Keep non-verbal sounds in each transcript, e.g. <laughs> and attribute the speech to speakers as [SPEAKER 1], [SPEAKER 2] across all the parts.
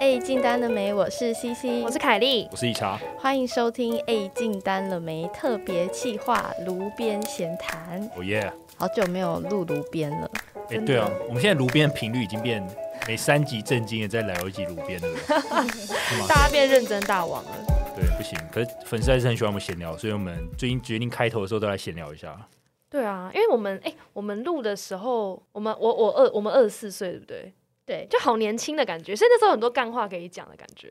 [SPEAKER 1] 哎，进单了没？我是西西，
[SPEAKER 2] 我是凯莉，
[SPEAKER 3] 我是一茶，
[SPEAKER 1] 欢迎收听《哎进单了没》特别企划炉边闲谈。
[SPEAKER 3] 哦耶！
[SPEAKER 1] 好久没有录炉边了，
[SPEAKER 3] 哎，
[SPEAKER 2] Oh 真的
[SPEAKER 3] 对啊，我们现在炉边的频率已经变每三集正经的再来一集炉
[SPEAKER 2] <laughs>
[SPEAKER 3] 边了，是吗？
[SPEAKER 2] 大家变认真大王了。
[SPEAKER 3] 对，不行。可是粉丝还是很喜欢我们闲聊，所以我们最近决定开头的时候都来闲聊一
[SPEAKER 2] <laughs>
[SPEAKER 3] 下。
[SPEAKER 2] 对啊，因为我们哎、我们录的时候，我们我我二我们二十四岁，对不对？
[SPEAKER 1] 对，
[SPEAKER 2] 就好年轻的感觉，所以那时候很多干话可以讲的感觉。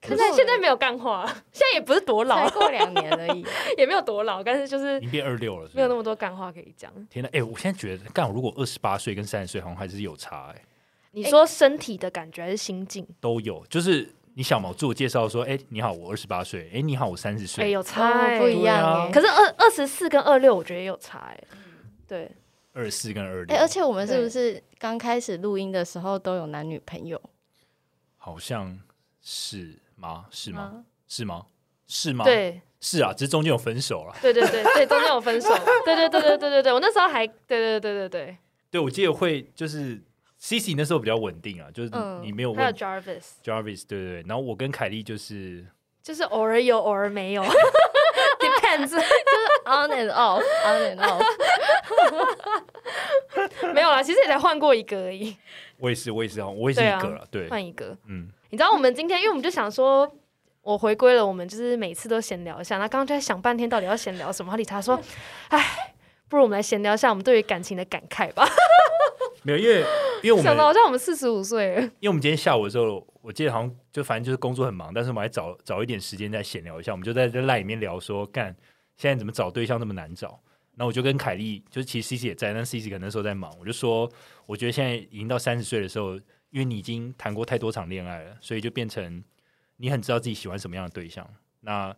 [SPEAKER 1] 可是
[SPEAKER 2] 现在
[SPEAKER 1] 我
[SPEAKER 2] 现在没有干话， <laughs> 现在也不是多
[SPEAKER 1] 才
[SPEAKER 2] 老，
[SPEAKER 1] 过两 <laughs> 年而已。
[SPEAKER 2] 也没有多老，但是就是
[SPEAKER 3] 已经变二六了，是不是
[SPEAKER 2] 没有那么多干话可以讲。
[SPEAKER 3] 天哪！哎，我现在觉得，干我如果二十八岁跟三十岁好像还是有差，哎，
[SPEAKER 2] 你说身体的感觉还是心境？
[SPEAKER 3] 都有。就是你想嘛，我自我介绍说，哎，你好，我二十八岁，哎，你好，我三十
[SPEAKER 2] 哎、
[SPEAKER 3] 岁，
[SPEAKER 2] 有差、欸，
[SPEAKER 1] 哦不一样、欸。
[SPEAKER 2] 可是二二十四跟二六，我觉得也有差、欸。对，
[SPEAKER 3] 二十四跟二
[SPEAKER 1] 哎、
[SPEAKER 3] 六，
[SPEAKER 1] 而且我们是不是刚开始录音的时候都有男女朋友？
[SPEAKER 3] 好像是吗？是吗？
[SPEAKER 1] 啊？
[SPEAKER 3] 是吗？是吗？，
[SPEAKER 2] 对，
[SPEAKER 3] 是啊，只是中间有分手了。
[SPEAKER 2] 对对对对，中间有分手。对对对对对对对，我那时候还对对对对对
[SPEAKER 3] 对，我记得会就是 C C 那时候比较稳定啊，就是
[SPEAKER 1] 嗯
[SPEAKER 3] 你没有
[SPEAKER 2] 对，还有
[SPEAKER 3] 问
[SPEAKER 2] Jarvis，
[SPEAKER 3] Jarvis，对对对。然后我跟凯莉就是
[SPEAKER 2] 就是偶尔有，偶尔没
[SPEAKER 3] <laughs>
[SPEAKER 2] 有，depends。
[SPEAKER 1] <laughs> On and off，on and off。
[SPEAKER 2] <laughs> 没有啦，其实也才换过一个而已，
[SPEAKER 3] 我也是我也是啊，我也是一个了，对，
[SPEAKER 2] 换一个。
[SPEAKER 3] 嗯，
[SPEAKER 2] 你知道我们今天，因为我们就想说。我回归了，我们就是每次都闲聊一下。那刚刚就在想半天，到底要闲聊什么？然后理查说：“哎，不如我们来闲聊一下我们对于感情的感慨吧。
[SPEAKER 3] 没有，因为因为”我
[SPEAKER 2] 想到好
[SPEAKER 3] 们
[SPEAKER 2] 像我们四十五岁了，
[SPEAKER 3] 因为我们今天下午的时候，我记得好像就反正就是工作很忙，但是我们还找找一点时间再闲聊一下，我们就在在赖里面聊说，干现在怎么找对象那么难找。然后我就跟凯莉，就是其实 C C 也在，但 C C 可能那时候在忙，我就说，我觉得现在已经到三十岁的时候，因为你已经谈过太多场恋爱了，所以就变成你很知道自己喜欢什么样的对象，那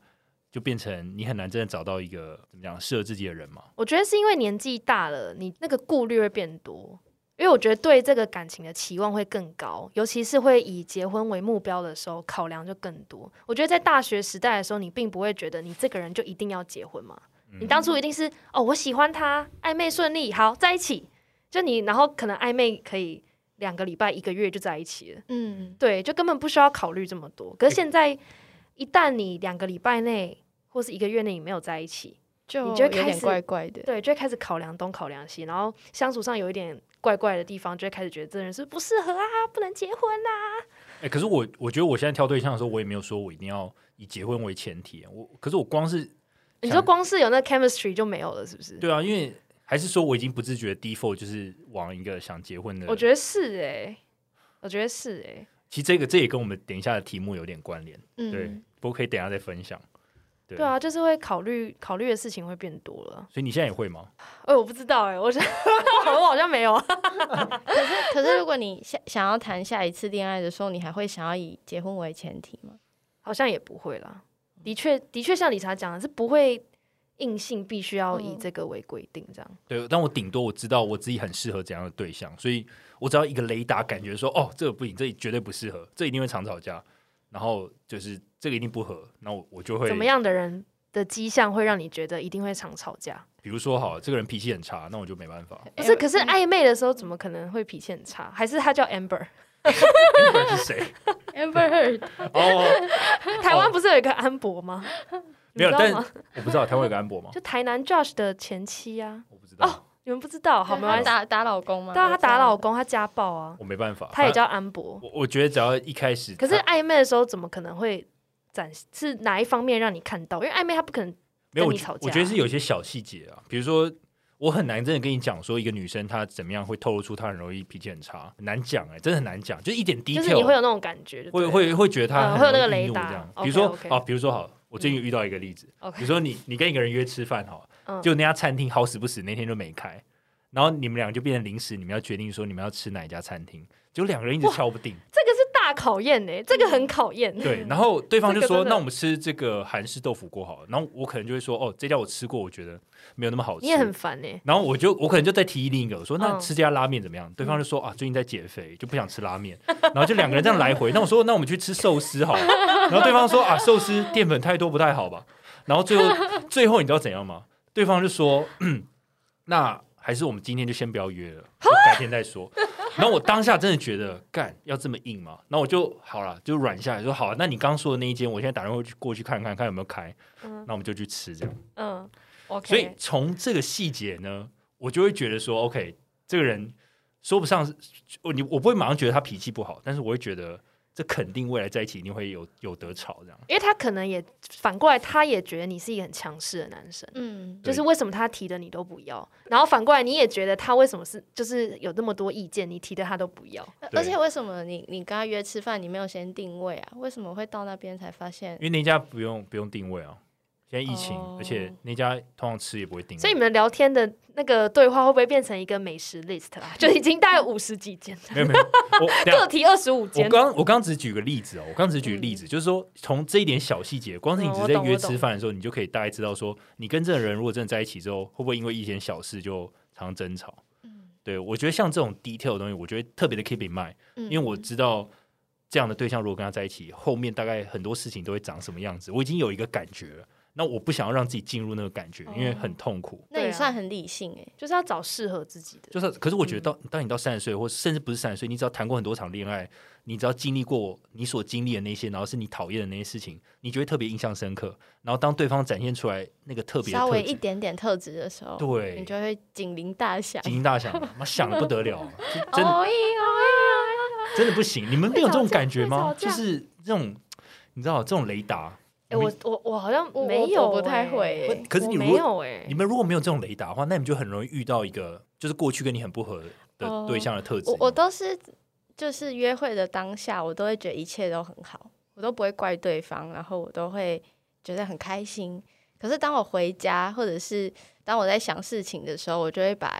[SPEAKER 3] 就变成你很难真的找到一个怎么讲适合自己的人嘛。
[SPEAKER 2] 我觉得是因为年纪大了，你那个顾虑会变多。因为我觉得对这个感情的期望会更高，尤其是会以结婚为目标的时候，考量就更多。我觉得在大学时代的时候，你并不会觉得你这个人就一定要结婚嘛，你当初一定是哦，我喜欢他，暧昧顺利，好在一起。就你，然后可能暧昧可以两个礼拜、一个月就在一起了，
[SPEAKER 1] 嗯，
[SPEAKER 2] 对，就根本不需要考虑这么多。可是现在，一旦你两个礼拜内或是一个月内你没有在一起，
[SPEAKER 1] 就
[SPEAKER 2] 你就
[SPEAKER 1] 有
[SPEAKER 2] 会开
[SPEAKER 1] 点
[SPEAKER 2] 始
[SPEAKER 1] 怪怪的。
[SPEAKER 2] 对，就会开始考量东考量西，然后相处上有一点怪怪的地方，就会开始觉得这人是不适合啊，不能结婚啊。
[SPEAKER 3] 哎、可是我我觉得我现在挑对象的时候，我也没有说我一定要以结婚为前提，啊我可是我光是
[SPEAKER 2] 你
[SPEAKER 3] 想
[SPEAKER 2] 说光是有那 chemistry 就没有了，是不是？
[SPEAKER 3] 对啊，因为还是说我已经不自觉 default 就是往一个想结婚的。
[SPEAKER 2] 我觉
[SPEAKER 3] 得
[SPEAKER 2] 得是哎、我觉得是哎、
[SPEAKER 3] 其实这个这也跟我们等一下的题目有点关联，对
[SPEAKER 1] 嗯，，
[SPEAKER 3] 不过可以等一下再分享。对
[SPEAKER 2] 对啊，就是会考虑考虑的事情会变多了。
[SPEAKER 3] 所以你现在也会吗？
[SPEAKER 2] 哎、我不知道哎、我是 <laughs> 我好像没有啊。 <laughs>
[SPEAKER 1] 可是如果你下想要谈下一次恋爱的时候，你还会想要以结婚为前提吗？
[SPEAKER 2] 好像也不会啦。的确，的确像理查讲的，是不会硬性必须要以
[SPEAKER 1] 嗯
[SPEAKER 2] 这个为规定这样。
[SPEAKER 3] 对，但我顶多我知道我自己很适合怎样的对象，所以我只要一个雷达感觉说，哦，这个不行，这绝对不适合，这一定会常吵架，然后就是这个一定不合，那我我就会
[SPEAKER 2] 怎么？样的人的迹象会让你觉得一定会常吵架？
[SPEAKER 3] 比如说，好了，这个人脾气很差，那我就没
[SPEAKER 2] <laughs>
[SPEAKER 3] 办法。
[SPEAKER 2] 不是，可
[SPEAKER 3] 嗯
[SPEAKER 2] 是暧昧的时候怎么可能会脾气很差？还是他叫
[SPEAKER 3] <laughs>
[SPEAKER 2] Amber？
[SPEAKER 3] 不然是谁？
[SPEAKER 1] Amber <laughs> Heard，
[SPEAKER 3] 哦，
[SPEAKER 2] 台湾不是有一个安博吗？你
[SPEAKER 3] 没有，
[SPEAKER 2] 知道
[SPEAKER 3] 但
[SPEAKER 2] 吗
[SPEAKER 3] 我不知道台湾有个安博吗？
[SPEAKER 2] 就台南 Josh 的前妻啊，
[SPEAKER 3] 我不知道，
[SPEAKER 2] 哦你们不知道？好，没
[SPEAKER 3] <laughs>
[SPEAKER 2] 关系。
[SPEAKER 1] 打打老公吗？
[SPEAKER 2] 对啊，他
[SPEAKER 1] 我知道
[SPEAKER 2] 打老公，他家暴啊，
[SPEAKER 3] 我没办法。
[SPEAKER 2] 他也叫安博。
[SPEAKER 3] 我我觉得只要一开始他， <laughs>
[SPEAKER 2] 可是暧昧的时候怎么可能会展示是哪一方面让你看到？因为暧昧他不可能
[SPEAKER 3] 没
[SPEAKER 2] 跟
[SPEAKER 3] 有，我
[SPEAKER 2] 你
[SPEAKER 3] 觉
[SPEAKER 2] 吵
[SPEAKER 3] 我
[SPEAKER 2] 架
[SPEAKER 3] 觉得是有些小细节啊，比如说我很难真的跟你讲说一个女生她怎么样会透露出她很容易脾气很差，很难讲哎、真的很难讲，就是一点 detail，
[SPEAKER 2] 就是你会有那种感觉，就对
[SPEAKER 3] 会
[SPEAKER 2] 了
[SPEAKER 3] 会会觉得她
[SPEAKER 2] 嗯
[SPEAKER 3] 很
[SPEAKER 2] 会有那个
[SPEAKER 3] 容易
[SPEAKER 2] 雷
[SPEAKER 3] 易怒
[SPEAKER 2] 达
[SPEAKER 3] 这样，
[SPEAKER 2] OK，
[SPEAKER 3] 比如说
[SPEAKER 2] OK
[SPEAKER 3] 好，比如说好，我最近遇到一个例子，
[SPEAKER 2] OK
[SPEAKER 3] 比如说你你跟一个人约吃饭好，
[SPEAKER 2] 嗯
[SPEAKER 3] 就那家餐厅好死不死那天就没开，然后你们俩就变成临时，你们要决定说你们要吃哪一家餐厅，就两个人一直
[SPEAKER 2] 哇
[SPEAKER 3] 敲不定。
[SPEAKER 2] 这个是大考验呢、这个很考验。
[SPEAKER 3] 嗯对，然后对方就
[SPEAKER 2] 这个
[SPEAKER 3] 说：“
[SPEAKER 2] 真的
[SPEAKER 3] 那我们吃这个韩式豆腐锅好了。”然后我可能就会说：“哦，这家我吃过，我觉得没有那么好吃。
[SPEAKER 2] 你”也很烦呢、
[SPEAKER 3] 然后我就我可能就再提另一个，我说：“那
[SPEAKER 2] 嗯
[SPEAKER 3] 吃这家拉面怎么样？”对方就说：“啊，最近在减肥，就不想吃拉面。”然后就两个人这样来回。那我说：“那我们去吃寿司好了。”然后对方说：“啊，寿司淀粉太多不太好吧？”然后最后最后你知道怎样吗？ <clears throat>
[SPEAKER 2] <laughs>
[SPEAKER 3] 对方就说：“嗯，那还是我们今天就先不要约了，就改天再说。”然后我当下真的觉得，干要这么硬吗？然后我就好了，就软下来说好、啊，那你刚说的那一间，我现在打电话去过去看看，看有没有开。
[SPEAKER 2] 嗯
[SPEAKER 3] 那我们就去吃这样。
[SPEAKER 2] 嗯，OK，
[SPEAKER 3] 所以从这个细节呢，我就会觉得说，OK，这个人说不上是，我你我不会马上觉得他脾气不好，但是我会觉得这肯定未来在一起一定会有有得吵这样。
[SPEAKER 2] 因为他可能也反过来，他也觉得你是一个很强势的男生。
[SPEAKER 1] 嗯，
[SPEAKER 2] 就
[SPEAKER 3] 对
[SPEAKER 2] 是为什么他提的你都不要，然后反过来你也觉得他为什么是就是有那么多意见，你提的他都不要，
[SPEAKER 1] 而
[SPEAKER 3] 对
[SPEAKER 1] 而且为什么你你跟他约吃饭，你没有先定位啊？为什么会到那边才发现
[SPEAKER 3] 因？为那家不用不用定位啊，现在疫情，
[SPEAKER 1] 哦
[SPEAKER 3] 而且那家通常吃也不会定位，
[SPEAKER 2] 所以你们聊天的那个对话会不会变成一个美食 list 啦？就已经大概五十几间，
[SPEAKER 3] 没有没有，我等一
[SPEAKER 2] 各
[SPEAKER 3] 下
[SPEAKER 2] 提二十五
[SPEAKER 3] 啊我
[SPEAKER 2] 间，
[SPEAKER 3] 刚我刚只举个例子哦，我刚只举个例子，就是说从这一点小细节，光是你
[SPEAKER 2] 嗯
[SPEAKER 3] 只
[SPEAKER 2] 我
[SPEAKER 3] 是在
[SPEAKER 2] 懂
[SPEAKER 3] 约
[SPEAKER 2] 我懂
[SPEAKER 3] 吃饭的时候，你就可以大概知道说，你跟这个人如果真的在一起之后，会不会因为一点小事就常常争吵？
[SPEAKER 2] 嗯
[SPEAKER 3] 对我觉得像这种 detail 的东西，我觉得特别的 keep in mind，
[SPEAKER 2] 嗯
[SPEAKER 1] 因
[SPEAKER 3] 因为我知道这样的对象如果跟他在一起，后面大概很多事情都会长什么样子，我已经有一个感觉了。那我不想要让自己进入那个感觉，因为很痛苦。
[SPEAKER 1] 那你
[SPEAKER 2] 对啊
[SPEAKER 1] 算很理性哎、
[SPEAKER 2] 就是要找适合自己的。
[SPEAKER 3] 就是，可是
[SPEAKER 1] 嗯
[SPEAKER 3] 我觉得到当你到三十岁，或甚至不是三十岁，你只要谈过很多场恋爱，你只要经历过你所经历的那些，然后是你讨厌的那些事情，你就会特别印象深刻。然后当对方展现出来那个特别的
[SPEAKER 1] 稍
[SPEAKER 3] 特
[SPEAKER 1] 微
[SPEAKER 3] 质
[SPEAKER 1] 一点点特质的时候，你
[SPEAKER 3] 对，
[SPEAKER 1] 就会警铃大响。
[SPEAKER 3] 警铃大响，妈想的不
[SPEAKER 1] <laughs>
[SPEAKER 3] 得了，就真的
[SPEAKER 1] 哦咦哦
[SPEAKER 3] 真的不行。你们没有这种感觉吗？
[SPEAKER 2] 会吵架
[SPEAKER 3] 就
[SPEAKER 2] 会吵架
[SPEAKER 3] 是这种，你知道这种雷达，
[SPEAKER 2] 哎、我我我好像
[SPEAKER 1] 我
[SPEAKER 2] 没有、
[SPEAKER 1] 我不太会
[SPEAKER 2] 欸
[SPEAKER 3] 可是你
[SPEAKER 2] 我
[SPEAKER 3] 如
[SPEAKER 2] 没
[SPEAKER 3] 果
[SPEAKER 2] 有哎、
[SPEAKER 3] 你们如果没有这种雷达的话，那你们就很容易遇到一个就是过去跟你很不合
[SPEAKER 1] 哦
[SPEAKER 3] 的对象的特质。
[SPEAKER 1] 我我都是就是约会的当下，我都会觉得一切都很好，我都不会怪对方，然后我都会觉得很开心。可是当我回家，或者是当我在想事情的时候，我就会把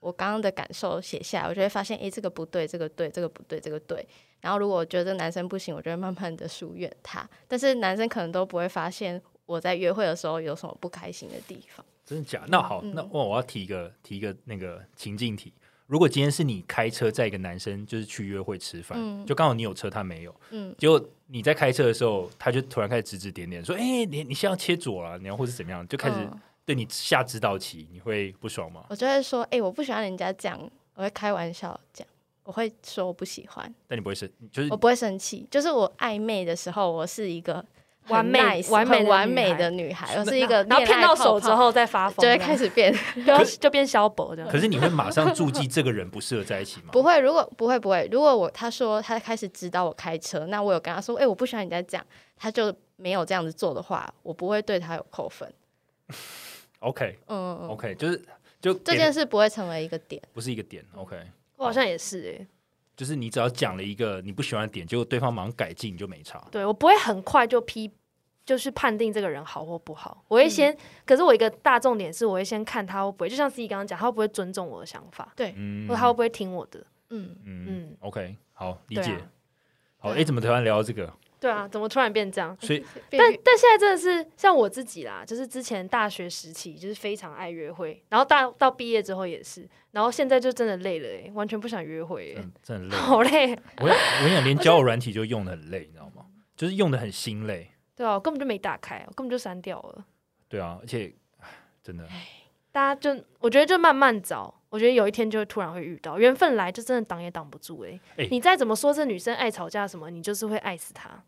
[SPEAKER 1] 我刚刚的感受写下来，我就会发现，诶，这个不对，这个对，这个不对，这个对。然后如果我觉得这个男生不行，我就会慢慢的疏远他。但是男生可能都不会发现我在约会的时候有什么不开心的地方。
[SPEAKER 3] 真的假的那好，
[SPEAKER 1] 嗯
[SPEAKER 3] 那我我要提一个提一个那个情境题。如果今天是你开车载一个男生，就是去约会吃饭，
[SPEAKER 1] 嗯
[SPEAKER 3] 就刚好你有车他没有，
[SPEAKER 1] 嗯，
[SPEAKER 3] 结果你在开车的时候，他就突然开始指指点点说：“哎、你你现在要切左了，你要或是怎么样？”就开始
[SPEAKER 1] 嗯
[SPEAKER 3] 对你下指导棋，你会不爽吗？
[SPEAKER 1] 我就会说，哎、我不喜欢人家这样，我会开玩笑讲，我会说我不喜欢，
[SPEAKER 3] 但你不会生，就是
[SPEAKER 1] 我不会生气。就是我暧昧的时候，我是一个很
[SPEAKER 2] 完美
[SPEAKER 1] nice,
[SPEAKER 2] 完美的
[SPEAKER 1] 很完
[SPEAKER 2] 女
[SPEAKER 1] 美
[SPEAKER 2] 孩
[SPEAKER 1] 的女孩，我
[SPEAKER 2] 那
[SPEAKER 1] 是一个
[SPEAKER 2] 然后
[SPEAKER 1] 恋
[SPEAKER 2] 骗
[SPEAKER 1] 爱
[SPEAKER 2] 到
[SPEAKER 1] 泡
[SPEAKER 2] 手之
[SPEAKER 1] 泡
[SPEAKER 2] 后再发疯
[SPEAKER 1] 就
[SPEAKER 2] 这
[SPEAKER 1] 会
[SPEAKER 2] 样，
[SPEAKER 1] 开始变。
[SPEAKER 2] <laughs>
[SPEAKER 1] <laughs>
[SPEAKER 2] 就就变消薄这样。
[SPEAKER 3] 可是你会马上注记这个人不适合在一起吗？
[SPEAKER 1] 不会，如果不会不会，如果我他说他开始指导我开车，那我有跟他说，哎、我不喜欢人家这样，他就没有这样子做的话，我不会对他有扣分。
[SPEAKER 3] ，OK
[SPEAKER 1] 嗯，嗯嗯
[SPEAKER 3] OK，就是就
[SPEAKER 1] 这
[SPEAKER 3] 给
[SPEAKER 1] 件事不会成为一个点。
[SPEAKER 3] 不是一个点，OK，
[SPEAKER 2] 我好像也是哎、
[SPEAKER 3] 就是你只要讲了一个你不喜欢的点，结果对方马上改进，你就没差。
[SPEAKER 2] 对我不会很快就批，就是判定这个人好或不好。我会先，可是我一个大重点是，我会先看他会不会，就像自己刚刚讲，他会不会尊重我的想法，
[SPEAKER 3] 嗯
[SPEAKER 2] 或者他会不会听我的。
[SPEAKER 1] 嗯，
[SPEAKER 3] 嗯
[SPEAKER 2] 嗯
[SPEAKER 3] ，OK，好，理
[SPEAKER 2] 对
[SPEAKER 3] 解
[SPEAKER 2] 啊。
[SPEAKER 3] 好，
[SPEAKER 2] 对啊
[SPEAKER 3] 哎、怎么突然聊到
[SPEAKER 2] <laughs>
[SPEAKER 3] 这个？
[SPEAKER 2] 对啊，怎么突然变这样？
[SPEAKER 3] 所以
[SPEAKER 2] 但
[SPEAKER 1] 变
[SPEAKER 2] 但现在真的是像我自己啦，就是之前大学时期就是非常爱约会，然后大到毕业之后也是，然后现在就真的累了、欸，完全不想约会、欸
[SPEAKER 3] 嗯，，真的很累。
[SPEAKER 2] 好累。
[SPEAKER 3] 我我跟你讲，连交友软体就用的很累，你知道吗？就是用的很心累。
[SPEAKER 2] 对啊，我根本就没打开，我根本就删掉了。
[SPEAKER 3] 对啊，而且唉真
[SPEAKER 2] <laughs>
[SPEAKER 3] 的，
[SPEAKER 2] 大家就我觉得就慢慢找，我觉得有一天就会突然会遇到，缘分来就真的挡也挡不住哎、
[SPEAKER 3] 哎
[SPEAKER 2] 你再怎么说这女生爱吵架什么，你就是会爱死她。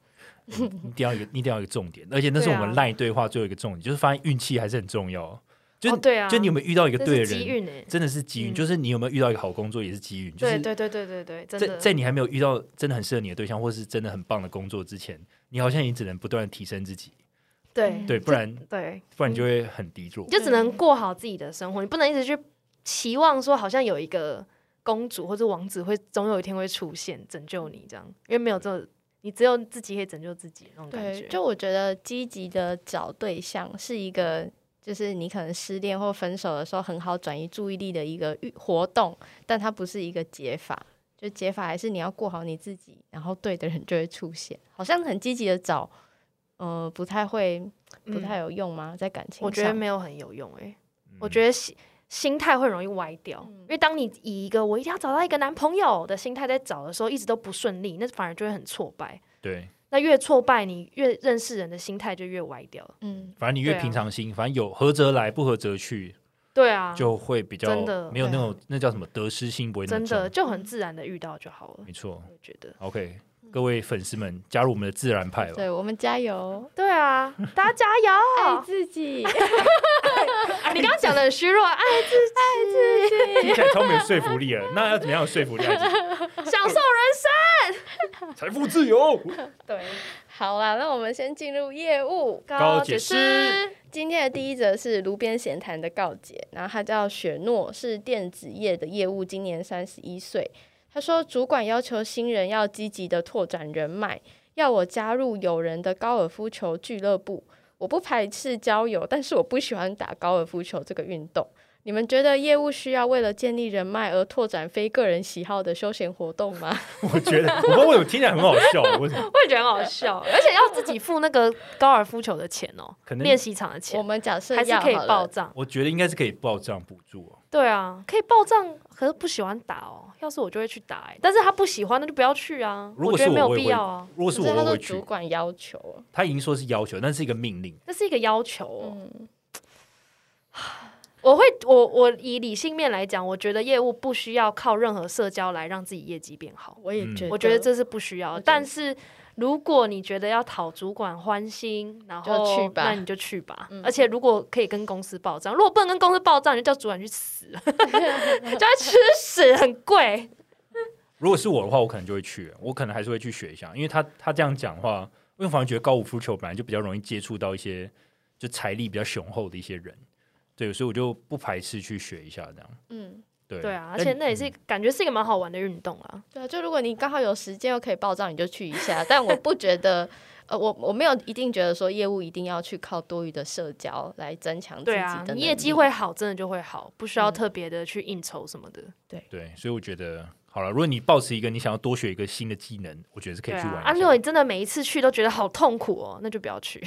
[SPEAKER 3] 嗯你一定要有一个，你一定要有一个重点。而且那是
[SPEAKER 2] 对
[SPEAKER 3] 我
[SPEAKER 2] 啊
[SPEAKER 3] 们赖对话最后一个重点，就是发现运气还是很重要。就、
[SPEAKER 2] 哦对啊
[SPEAKER 3] 就你有没有遇到一个
[SPEAKER 2] 这
[SPEAKER 3] 对的
[SPEAKER 2] 是机
[SPEAKER 3] 人，
[SPEAKER 2] 运哎、
[SPEAKER 3] 真的是机运。
[SPEAKER 2] 嗯
[SPEAKER 3] 就是你有没有遇到一个好工作，也是机运。就是
[SPEAKER 2] 对对对对对对，真
[SPEAKER 3] 在
[SPEAKER 2] 的。
[SPEAKER 3] 在你还没有遇到真的很适合你的对象，或是真的很棒的工作之前，你好像也只能不断的提升自己，
[SPEAKER 2] 对
[SPEAKER 3] 对，不然
[SPEAKER 2] 对，
[SPEAKER 3] 不然你就会很低落
[SPEAKER 2] 你。就只能过好自己的生活，你不能一直去期望说好像有一个公主或者王子会总有一天会出现拯救你这样，因为没有这，你只有自己可以拯救自己那种感
[SPEAKER 1] 对
[SPEAKER 2] 觉。，
[SPEAKER 1] 就我觉得积极的找对象是一个，就是你可能失恋或分手的时候很好转移注意力的一个运活动，但它不是一个解法。就解法还是你要过好你自己，然后对的人就会出现。好像很积极的找，呃，不太会，不
[SPEAKER 2] 嗯
[SPEAKER 1] 太有用吗？在感情上，
[SPEAKER 2] 我觉得没有很有用哎、我
[SPEAKER 3] 得
[SPEAKER 2] 觉得心心态会容易歪掉，因为当你以一个我一定要找到一个男朋友的心态在找的时候，一直都不顺利，那反而就会很挫败。
[SPEAKER 3] 对，
[SPEAKER 2] 那越挫败，你越认识人的心态就越歪掉了。
[SPEAKER 1] 嗯，
[SPEAKER 3] 反正你越
[SPEAKER 2] 对啊
[SPEAKER 3] 平常心，反正有合则来，不合则去，
[SPEAKER 2] 对啊，
[SPEAKER 3] 就会比较
[SPEAKER 2] 真的
[SPEAKER 3] 没有那
[SPEAKER 1] 对啊
[SPEAKER 3] 种那叫什么得失心不会那
[SPEAKER 2] 真
[SPEAKER 3] 么
[SPEAKER 2] 的
[SPEAKER 3] 重，
[SPEAKER 2] 就很自然的遇到就好了
[SPEAKER 3] 没。错。
[SPEAKER 2] 我觉得，
[SPEAKER 3] OK，各位粉丝们加入我们的自然派吧，
[SPEAKER 1] 对我们加油，
[SPEAKER 2] 对啊，大家加油 <laughs> 啊
[SPEAKER 1] 爱！自己，
[SPEAKER 2] 哎
[SPEAKER 1] <laughs>
[SPEAKER 2] 你刚刚讲的很虚弱，哎爱自
[SPEAKER 3] 听起来超没有说服力了。那要怎么样有说服力？啊
[SPEAKER 2] 己 <laughs> 享受人生。
[SPEAKER 3] 财富自由。
[SPEAKER 2] <laughs> 对，
[SPEAKER 1] 好啦，那我们先进入业务。
[SPEAKER 3] 高解释，
[SPEAKER 1] 今天的第一则是炉边闲谈的告解，然后他叫雪诺，是电子业的业务，今年三十一岁。他说，主管要求新人要积极的拓展人脉，要我加入友人的高尔夫球俱乐部。我不排斥交友，但是我不喜欢打高尔夫球这个运动。你们觉得业务需要为了建立人脉而拓展非个人喜好的休闲活动吗？
[SPEAKER 3] <laughs> <laughs> 我觉得，我不知道为什么听起来很好笑，为什么？
[SPEAKER 2] 我也觉得很好笑，而且要自己付那个高尔夫球的钱哦，
[SPEAKER 3] 可能
[SPEAKER 2] 练习场的
[SPEAKER 1] 我
[SPEAKER 2] 钱，
[SPEAKER 1] 们假设
[SPEAKER 2] 还是
[SPEAKER 1] 要
[SPEAKER 2] 可以
[SPEAKER 1] 好了
[SPEAKER 2] 报账。
[SPEAKER 3] 我觉得应该是可以报账补助哦。
[SPEAKER 2] 对啊，可以报账，可是不喜欢打哦。要是我就会去打、欸，但是他不喜欢，那就不要去啊。
[SPEAKER 3] 如果
[SPEAKER 2] 觉
[SPEAKER 3] 是
[SPEAKER 2] 得没
[SPEAKER 3] 我，
[SPEAKER 2] 有
[SPEAKER 3] 我
[SPEAKER 2] 必
[SPEAKER 3] 也
[SPEAKER 2] 要啊
[SPEAKER 3] 会，。如果是
[SPEAKER 1] 可
[SPEAKER 3] 我，
[SPEAKER 1] 是他
[SPEAKER 3] 我
[SPEAKER 1] 说
[SPEAKER 3] 会去
[SPEAKER 1] 主。管要
[SPEAKER 2] 哦
[SPEAKER 1] 求，
[SPEAKER 3] 他已经说是要求，但是一个命令。
[SPEAKER 2] 那是一个要求、哦。
[SPEAKER 1] 嗯，
[SPEAKER 2] 我会，我我以理性面来讲，我觉得业务不需要靠任何社交来让自己业绩变好。
[SPEAKER 1] 我也
[SPEAKER 3] 嗯
[SPEAKER 1] 觉得，
[SPEAKER 2] 我觉得这是不需
[SPEAKER 1] 我
[SPEAKER 2] 要
[SPEAKER 1] 觉
[SPEAKER 2] 的，
[SPEAKER 1] 得
[SPEAKER 2] 但是如果你觉得要讨主管欢心，然后
[SPEAKER 1] 就去吧
[SPEAKER 2] 那你就去吧。
[SPEAKER 1] 嗯
[SPEAKER 2] 而且如果可以跟公司报账，如果不能跟公司报账，你就叫主管
[SPEAKER 1] <laughs>
[SPEAKER 2] 去死，就要吃屎，很贵。
[SPEAKER 3] 如果是我的话，我可能就会去，我可能还是会去学一下，因为他他这样讲的话，因为反而觉得高尔夫球本来就比较容易接触到一些就财力比较雄厚的一些人，对，所以我就不排斥去学一下这样。
[SPEAKER 1] 嗯，
[SPEAKER 3] 对
[SPEAKER 2] 对啊，而
[SPEAKER 3] 但
[SPEAKER 2] 且那也是
[SPEAKER 3] 嗯
[SPEAKER 2] 感觉是一个蛮好玩的运动啊。
[SPEAKER 1] 对啊，就如果你刚好有时间又可以报账，你就去一下。但我不觉得，呃，我我没有一定觉得说业务一定要去靠多余的社交来增强自己
[SPEAKER 2] 对
[SPEAKER 1] 的
[SPEAKER 2] 啊，
[SPEAKER 1] 能
[SPEAKER 2] 你业
[SPEAKER 1] 力
[SPEAKER 2] 绩会好，真的就会好，不需要
[SPEAKER 1] 嗯
[SPEAKER 2] 特别的去应酬什么的。
[SPEAKER 3] 对，所以我觉得好了，如果你保持一个你想要多学一个新的技能，我觉得是可以
[SPEAKER 2] 对
[SPEAKER 3] 去
[SPEAKER 2] 啊，
[SPEAKER 3] 玩
[SPEAKER 2] 啊，
[SPEAKER 3] 一
[SPEAKER 2] 如果
[SPEAKER 3] 下。
[SPEAKER 2] 你真的每一次去都觉得好痛苦哦，那就不要去。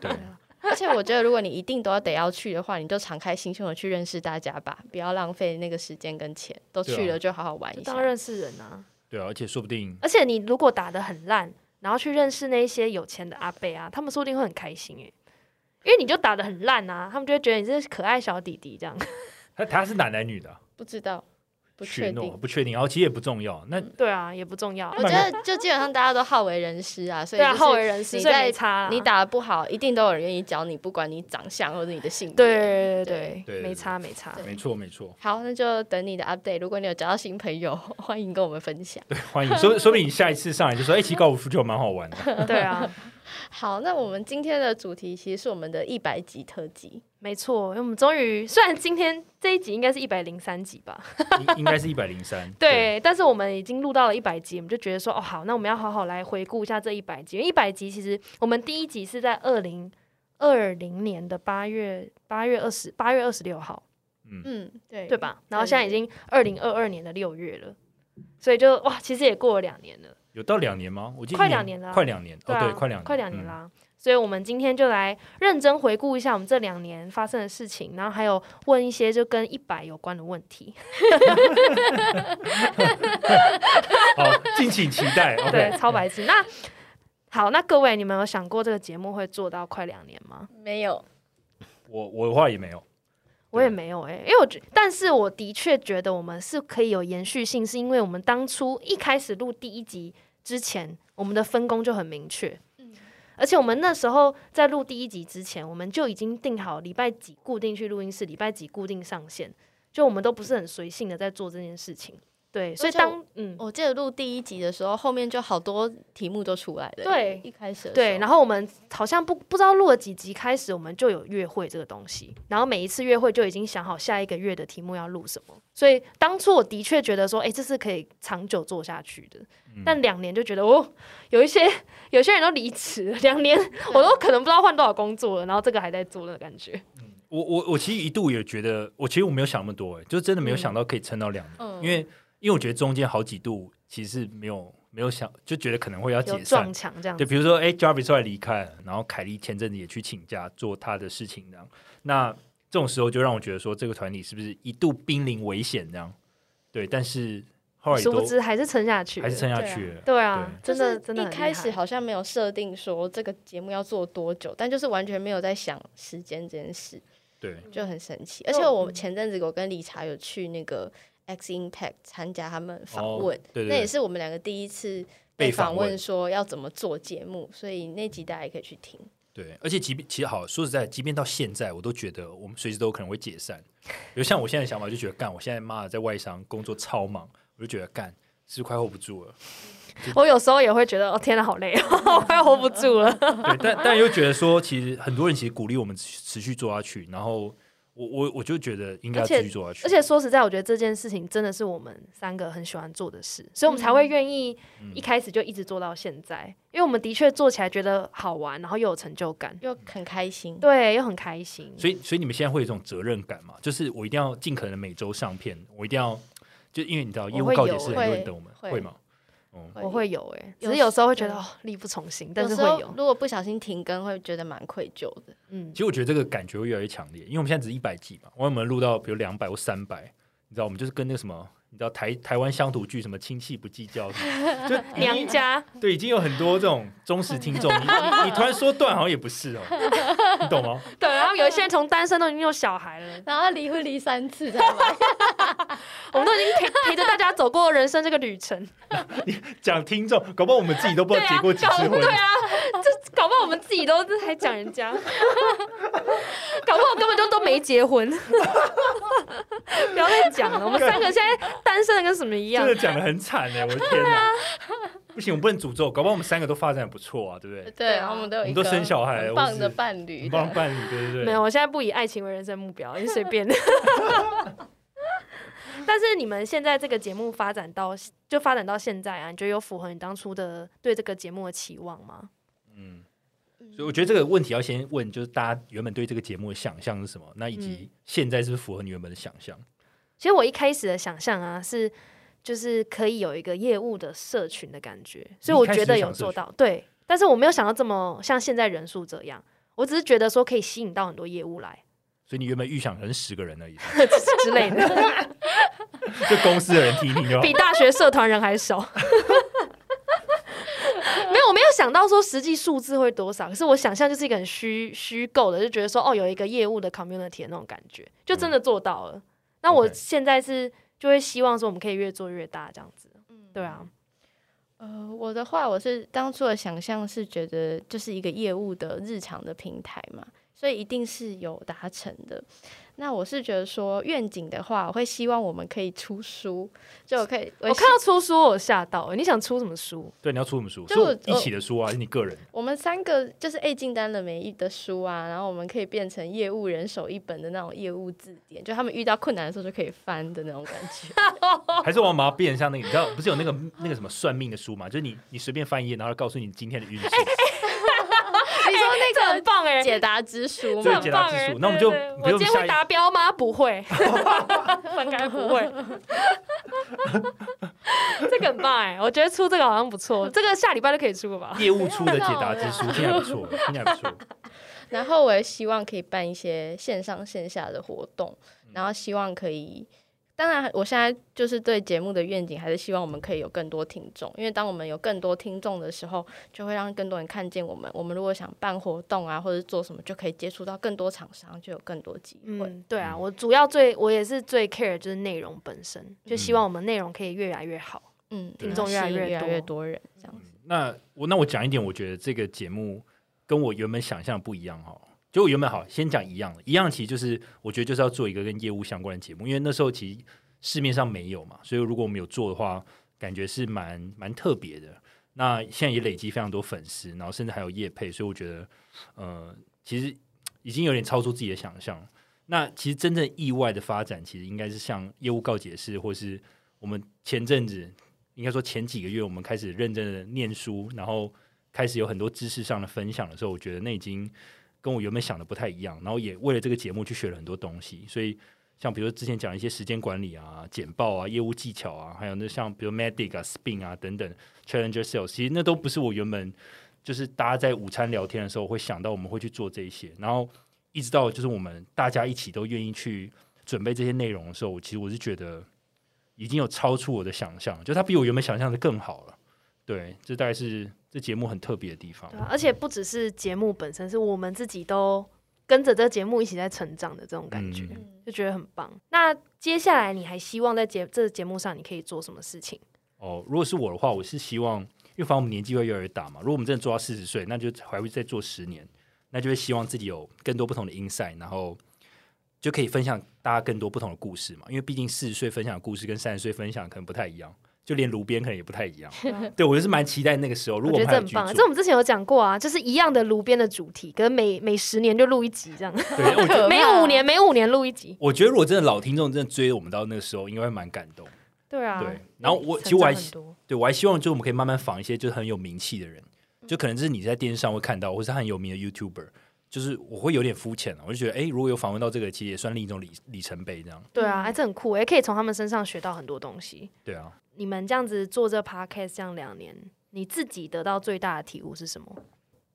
[SPEAKER 3] 对，
[SPEAKER 2] <laughs>
[SPEAKER 1] 而且我觉得，如果你一定都要得要去的话，你就敞开心胸的去认识大家吧，不要浪费那个时间跟钱。都
[SPEAKER 3] 对啊
[SPEAKER 1] 去了就好好玩一下
[SPEAKER 2] 当。认识人啊，
[SPEAKER 3] 对啊，而且说不定
[SPEAKER 2] 而且你如果打得很烂，然后去认识那一些有钱的阿伯啊，他们说不定会很开心诶、因为你就打得很烂啊，他们就会觉得你是可爱小弟弟这样。 <laughs>
[SPEAKER 3] 他他是男男女的啊，
[SPEAKER 1] 不知道，不
[SPEAKER 3] 雪
[SPEAKER 1] 确
[SPEAKER 3] 诺
[SPEAKER 1] 定。
[SPEAKER 3] 不确定，哦然后其实也不重要。那
[SPEAKER 2] 对啊，也不重要。
[SPEAKER 1] 我觉得就基本上大家都好为人师啊，所以
[SPEAKER 2] 对啊，
[SPEAKER 1] 就是
[SPEAKER 2] 好为人师，
[SPEAKER 1] 你
[SPEAKER 2] 所以
[SPEAKER 1] 在
[SPEAKER 2] 没差啦。
[SPEAKER 1] 你打的不好，一定都有人愿意教你，不管你长相或者你的性别。
[SPEAKER 2] 对对
[SPEAKER 1] 对
[SPEAKER 2] 对
[SPEAKER 3] 对
[SPEAKER 2] 对，没差没差。
[SPEAKER 3] 没错没错，
[SPEAKER 1] 好，那就等你的 update。如果你有交到新朋友， <laughs> 欢迎跟我们分享。
[SPEAKER 3] 欢迎，说说不定你下一次上来就说，哎、其实高尔夫球蛮好玩的。
[SPEAKER 2] 对啊，
[SPEAKER 1] 好，那我们今天的主题其实是我们的一百集特辑，
[SPEAKER 2] 没错。因为我们终于，虽然今天这一集应该是一百零三集吧，
[SPEAKER 3] 应应该是一百零三。
[SPEAKER 2] 对，但是我们已经录到了一百集，我们就觉得说，哦，好，那我们要好好来回顾一下这一百集。因为一百集其实我们第一集是在二零二零年的八月八月二十八月二十六号，
[SPEAKER 3] 嗯，
[SPEAKER 1] 嗯，对
[SPEAKER 2] 对
[SPEAKER 1] 对吧？
[SPEAKER 2] 吧？然后现在已经二零二二年的六月了，所以就哇，其实也过了两年了，
[SPEAKER 3] 有到两年吗？我记得
[SPEAKER 2] 快
[SPEAKER 3] 一
[SPEAKER 2] 两年了啊
[SPEAKER 3] 快两年，哦，
[SPEAKER 2] 啊，
[SPEAKER 3] 对，快两年，
[SPEAKER 2] 快两年
[SPEAKER 3] 嗯。
[SPEAKER 2] 啦。所以，我们今天就来认真回顾一下我们这两年发生的事情，然后还有问一些就跟一百有关的问题。
[SPEAKER 3] 好，嗯哦 <laughs> 敬请期待。
[SPEAKER 2] 对，
[SPEAKER 3] OK，
[SPEAKER 2] 超白痴。那好，那各位，你们有想过这个节目会做到快两年吗？
[SPEAKER 1] 没有，
[SPEAKER 3] 我我的话也没有，
[SPEAKER 2] 我
[SPEAKER 3] 啊
[SPEAKER 2] 也没有哎、因为我觉，但是我的确觉得我们是可以有延续性，是因为我们当初一开始录第一集之前，我们的分工就很明确。
[SPEAKER 1] 嗯
[SPEAKER 2] 而且我们那时候在录第一集之前，我们就已经定好礼拜几固定去录音室，礼拜几固定上线，就我们都不是很随性的在做这件事情。对，所以
[SPEAKER 1] 而且
[SPEAKER 2] 当嗯，
[SPEAKER 1] 我记得录第一集的时候，后面就好多题目都出来了。
[SPEAKER 2] 对
[SPEAKER 1] 一开始的
[SPEAKER 2] 对，
[SPEAKER 1] 时候
[SPEAKER 2] 然后我们好像不不知道录了几集开始，我们就有约会这个东西，然后每一次约会就已经想好下一个月的题目要录什么，所以当初我的确觉得说，哎、这是可以长久做下去的，但两年就觉得哦，有一些有些人都离职了，两年我都可能不知道换多少工作了，然后这个还在做的感觉，
[SPEAKER 3] 我我我其实一度也觉得，我其实我没有想那么多，哎，就真的没有
[SPEAKER 2] 嗯
[SPEAKER 3] 想到可以撑到两年，
[SPEAKER 1] 嗯
[SPEAKER 3] 因为因为我觉得中间好几度其实没有没有想，就觉得可能会要
[SPEAKER 2] 有
[SPEAKER 3] 解散
[SPEAKER 2] 撞。墙这样
[SPEAKER 3] 对，
[SPEAKER 2] 子，
[SPEAKER 3] 比如说，哎，Jarvis 后来离开了，然后凯莉前阵子也去请假做她的事情，这样，那这种时候就让我觉得说，这个团体是不是一度濒临危险这样？对，但是后来也
[SPEAKER 2] 殊不
[SPEAKER 3] 都
[SPEAKER 2] 知还是撑下去了，
[SPEAKER 3] 还是撑下
[SPEAKER 1] 对啊
[SPEAKER 3] 去了。
[SPEAKER 2] 对啊，
[SPEAKER 1] 就
[SPEAKER 2] 真
[SPEAKER 1] 是
[SPEAKER 2] 的真的
[SPEAKER 1] 一
[SPEAKER 2] 很厉
[SPEAKER 1] 开始
[SPEAKER 2] 害
[SPEAKER 1] 好像没有设定说这个节目要做多久，但就是完全没有在想时间这件事。
[SPEAKER 3] 对，
[SPEAKER 1] 就很神奇。而且
[SPEAKER 3] 哦嗯
[SPEAKER 1] 我前阵子我跟理查有去那个 X Impact 参加他们访问，
[SPEAKER 3] 哦对对
[SPEAKER 1] 那也
[SPEAKER 3] 对，
[SPEAKER 1] 是我们两个第一次
[SPEAKER 3] 被
[SPEAKER 1] 访
[SPEAKER 3] 访问
[SPEAKER 1] 问说要怎么做节目，所以那集大家也可以去听。
[SPEAKER 3] 对，而且即便其实好说实在，即便到现在，我都觉得我们随时都有可能会解散。比如像我现在的想法，就觉得干，我现在妈的在外商工作超忙，我就觉得干是不是快 hold 不住了。
[SPEAKER 2] 我有时候也会觉得，哦， <laughs> 天哪，好累，我快 hold 不住了。
[SPEAKER 3] 对，但但又觉得说，其实很多人其实鼓励我们持持续做下去，然后我我我就觉得应该要
[SPEAKER 2] 而且
[SPEAKER 3] 继续做下去。
[SPEAKER 2] 而且说实在，我觉得这件事情真的是我们三个很喜欢做的事，所以我们才
[SPEAKER 3] 嗯
[SPEAKER 2] 会愿意一开始就一直做到现在，因为我们的确做起来觉得好玩，然后又有成就感，
[SPEAKER 1] 又很开心。
[SPEAKER 2] 对，又很开心。
[SPEAKER 3] 所以，所以你们现在会有一种责任感嘛？就是我一定要尽可能每周上片，我一定要，就因为你知道业务
[SPEAKER 2] 会
[SPEAKER 3] 告
[SPEAKER 2] 有
[SPEAKER 3] 解是很
[SPEAKER 1] 会
[SPEAKER 3] 多人等我们，
[SPEAKER 1] 会
[SPEAKER 3] 会吗？
[SPEAKER 2] 我会有哎、只
[SPEAKER 1] 有
[SPEAKER 2] 是有时候会
[SPEAKER 1] 时
[SPEAKER 2] 觉得
[SPEAKER 1] 对
[SPEAKER 2] 哦力不从心，但
[SPEAKER 1] 有
[SPEAKER 2] 是
[SPEAKER 1] 时
[SPEAKER 2] 会
[SPEAKER 1] 候
[SPEAKER 2] 有，
[SPEAKER 1] 如果不小心停更，会觉得蛮愧疚的。
[SPEAKER 2] 嗯
[SPEAKER 3] 其，实我觉得这个感觉会越来越强烈，因为我们现在只是一百集嘛，我有没有录到比如两百或三百？你知道，我们就是跟那个什么，你知道台台湾乡土剧什么亲戚不计较什
[SPEAKER 2] <laughs>
[SPEAKER 3] 么，就已经
[SPEAKER 2] 娘家
[SPEAKER 3] 对，已经有很多这种忠实听众，你你你突然说断好像也不是哦，你懂吗？
[SPEAKER 2] 对，然后有一些人从单身都已经有小孩了，
[SPEAKER 1] 然后他离婚离三次才买，
[SPEAKER 2] 我们都已经陪陪着大家走过人生这个旅程，
[SPEAKER 3] 讲听众，搞不好我们自己都不知
[SPEAKER 2] 对
[SPEAKER 3] 道
[SPEAKER 2] 啊，
[SPEAKER 3] 结过几次
[SPEAKER 2] 搞
[SPEAKER 3] 婚
[SPEAKER 2] 对，啊，这搞不好我们自己都还讲人
[SPEAKER 3] <laughs>
[SPEAKER 2] 家，搞不好根本就都没结婚， <laughs> 不要再讲了，我
[SPEAKER 3] 啊
[SPEAKER 2] 们三个现在单身的跟什么一
[SPEAKER 3] 真
[SPEAKER 2] 样
[SPEAKER 3] 的，讲的很惨哎，我的天
[SPEAKER 2] 啊
[SPEAKER 3] 哪！不行，我不能诅咒，搞不好我们三个都发展得不错啊，对不对？
[SPEAKER 1] <laughs> 对，然后我们都有一
[SPEAKER 3] 我
[SPEAKER 1] 个
[SPEAKER 3] 们都生小孩了
[SPEAKER 1] 很棒
[SPEAKER 3] 我
[SPEAKER 1] 的
[SPEAKER 3] 是
[SPEAKER 1] 伴侣
[SPEAKER 3] 很
[SPEAKER 1] 的
[SPEAKER 3] 棒伴侣，对对对，
[SPEAKER 2] 没有，我现在不以爱情为人生目标，
[SPEAKER 3] <laughs>
[SPEAKER 2] 你随便。 <laughs> 但是你们现在这个节目发展到就发展到现在啊，你觉得有符合你当初的对这个节目的期望吗？
[SPEAKER 3] 嗯，所以我觉得这个问题要先问，就是大家原本对这个节目的想象是什么，那以及现在是不是符合你原本的想象？
[SPEAKER 2] 其实我一开始的想象啊是，就是可以有一个业务的社群的感觉，所以我觉得有做到。对，但是我没有想到这么像现在人数这样，我只是觉得说可以吸引到很多业务来
[SPEAKER 3] 所以你原本预想可能十个人而已，
[SPEAKER 2] 之类的，
[SPEAKER 3] 就公司的人听一听就好
[SPEAKER 2] 比。大学社团人还少。 <laughs> 没有，我没有想到说实际数字会多少，可是我想象就是一个很虚虚构的，就觉得说哦，有一个业务的 community 的那种感觉，就真的做到了。那我
[SPEAKER 3] OK
[SPEAKER 2] 现在是就会希望说我们可以越做越大这样子，对啊，
[SPEAKER 1] 呃，我的话，我是当初的想象是觉得就是一个业务的日常的平台嘛，所以一定是有达成的。那我是觉得说愿景的话，我会希望我们可以出书，就我可以我
[SPEAKER 2] 我
[SPEAKER 1] 希
[SPEAKER 2] 看到出书，我有吓到、欸。你想出什么 <laughs> 书？
[SPEAKER 3] 对，你要出什么书？
[SPEAKER 1] 就是是我
[SPEAKER 3] 我一起的书啊，还是你个人？
[SPEAKER 1] 我们三个就是 A 进单了没的书啊，然后我们可以变成业务人手一本的那种业务字典，就他们遇到困难的时候就可以翻的那种感觉。
[SPEAKER 3] 还是我要把它变成像那个，你知道不是有那个那个什么算命的书嘛？就是你你随便翻一页，然后告诉你今天的运势，
[SPEAKER 1] 你说
[SPEAKER 2] 这很棒哎、
[SPEAKER 1] 解答之书
[SPEAKER 3] 这
[SPEAKER 1] 嘛
[SPEAKER 3] 个，解答之书那我们就
[SPEAKER 2] 欸对对对
[SPEAKER 3] 我们
[SPEAKER 2] 我
[SPEAKER 3] 就
[SPEAKER 2] 今天
[SPEAKER 3] 下
[SPEAKER 2] 会
[SPEAKER 3] 一
[SPEAKER 2] 达标吗？不
[SPEAKER 3] <laughs>
[SPEAKER 2] 会，应该不会。这个很棒哎、我觉得出这个好像不错，这个下礼拜就可以出了吧？
[SPEAKER 3] 业务出的解答之书，听起来不错，听起来不错。
[SPEAKER 1] 然后我也希望可以办一些线上线下的活动，然后希望可以。当然，我现在就是对节目的愿景，还是希望我们可以有更多听众，因为当我们有更多听众的时候，就会让更多人看见我们。我们如果想办活动啊，或者是做什么，就可以接触到更多厂商，就有更多机会。
[SPEAKER 2] <laughs> 嗯，对啊，我主要最我也是最 care 就是内容本身，就
[SPEAKER 3] 嗯
[SPEAKER 2] 希望我们内容可以越来越好。
[SPEAKER 1] 嗯，
[SPEAKER 3] 对
[SPEAKER 1] 然后
[SPEAKER 2] 听众越来
[SPEAKER 1] 吸引
[SPEAKER 2] 越
[SPEAKER 1] 越来越
[SPEAKER 2] 多嗯
[SPEAKER 1] 多人，这样
[SPEAKER 2] <laughs>
[SPEAKER 1] 子。
[SPEAKER 3] 那我那我讲一点，我觉得这个节目跟我原本想象的不一样哈。就我原本好，先讲一样的，一样其实就是我觉得就是要做一个跟业务相关的节目，因为那时候其实市面上没有嘛，所以如果我们有做的话，感觉是蛮蛮特别的。那现在也累积非常多粉丝，然后甚至还有业配，所以我觉得，呃，其实已经有点超出自己的想象。那其实真正意外的发展，其实应该是像业务告解室，或是我们前阵子应该说前几个月我们开始认真的念书，然后开始有很多知识上的分享的时候，我觉得那已经跟我原本想的不太一样。然后也为了这个节目去学了很多东西，所以像比如说之前讲一些时间管理啊、简报啊、业务技巧啊，还有那像比如 Medic 啊、Spin 啊等等 Challenger Sales，其实那都不是我原本就是大家在午餐聊天的时候会想到我们会去做这一些，然后一直到就是我们大家一起都愿意去准备这些内容的时候，我其实我是觉得。已经有超出我的想象，就它比我原本想象的更好了。对，这大概是这节目很特别的地方
[SPEAKER 2] 对。啊，而且不只是节目本身，是我们自己都跟着这个节目一起在成长的这种感觉，
[SPEAKER 3] 嗯
[SPEAKER 2] 就觉得很棒。那接下来你还希望在节这个节目上你可以做什么事情？
[SPEAKER 3] 哦，如果是我的话，我是希望，因为反正我们年纪会越来越大嘛。如果我们真的做到四十岁，那就还会再做十年，那就会希望自己有更多不同的 insight，然后就可以分享大家更多不同的故事嘛。因为毕竟四十岁分享的故事跟三十岁分享可能不太一样，就连炉边可能也不太
[SPEAKER 2] <laughs>
[SPEAKER 3] 一样。对我就是蛮期待那个时候，如
[SPEAKER 2] 我
[SPEAKER 3] 果
[SPEAKER 2] 觉
[SPEAKER 3] 我
[SPEAKER 2] 得这
[SPEAKER 3] 们还有
[SPEAKER 2] 很
[SPEAKER 3] 剧
[SPEAKER 2] 棒，
[SPEAKER 3] 做
[SPEAKER 2] 这我们之前有讲过啊，就是一样的炉边的主题，可能每每十年就录一集这 <laughs> 样，
[SPEAKER 3] 对，我觉得
[SPEAKER 2] 每五年每五年录一集。
[SPEAKER 3] 我觉得如果真的老听众真的追我们到那个时候，应该会蛮感动。
[SPEAKER 2] 对啊，
[SPEAKER 3] 对，然后我其实
[SPEAKER 2] 成
[SPEAKER 3] 我
[SPEAKER 2] 长
[SPEAKER 3] 还
[SPEAKER 2] 很多
[SPEAKER 3] 对我还希望就是我们可以慢慢仿一些就是很有名气的人，就可能就是你在电视上会看到，或是很有名的 YouTuber，就是我会有点肤浅了，我就觉得哎、诶如果有访问到这个，其实也算另一种里里程碑这样。
[SPEAKER 2] 对啊，哎，这很酷，也可以从他们身上学到很多东西。
[SPEAKER 3] 对啊，
[SPEAKER 2] 你们这样子做这 podcast 这样两年，你自己得到最大的体悟是什么？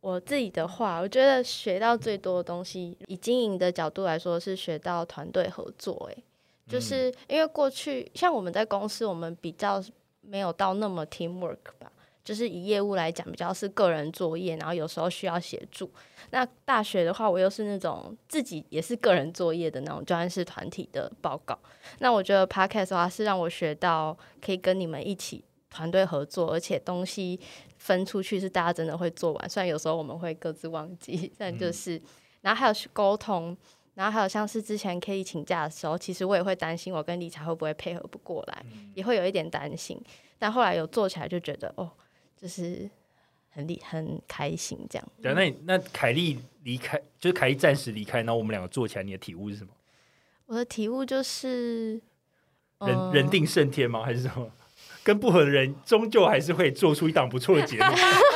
[SPEAKER 1] 我自己的话，我觉得学到最多的东西，以经营的角度来说，是学到团队合作、欸。就是因为过去像我们在公司，我们比较没有到那么 teamwork 吧，就是以业务来讲，比较是个人作业，然后有时候需要协助。那大学的话，我又是那种自己也是个人作业的那种专案式团体的报告。那我觉得 podcast 的话是让我学到可以跟你们一起团队合作，而且东西分出去是大家真的会做完，虽然有时候我们会各自忘记， <laughs> 但
[SPEAKER 3] 嗯
[SPEAKER 1] 就是，然后还有去沟通，然后还有像是之前 K 请假的时候，其实我也会担心我跟理查会不会配合不过来，
[SPEAKER 3] 嗯
[SPEAKER 1] 也会有一点担心，但后来有做起来就觉得哦，就是很厉很开心这样。
[SPEAKER 3] 对啊，那你那凯莉离开，就是凯莉暂时离开，然后我们两个坐起来，你的体悟是什么？
[SPEAKER 1] 我的体悟就是，
[SPEAKER 3] 人、
[SPEAKER 1] 嗯
[SPEAKER 3] 人定胜天吗？还是什么？跟不合的人，终究还是会做出一档不错的节目。 <laughs>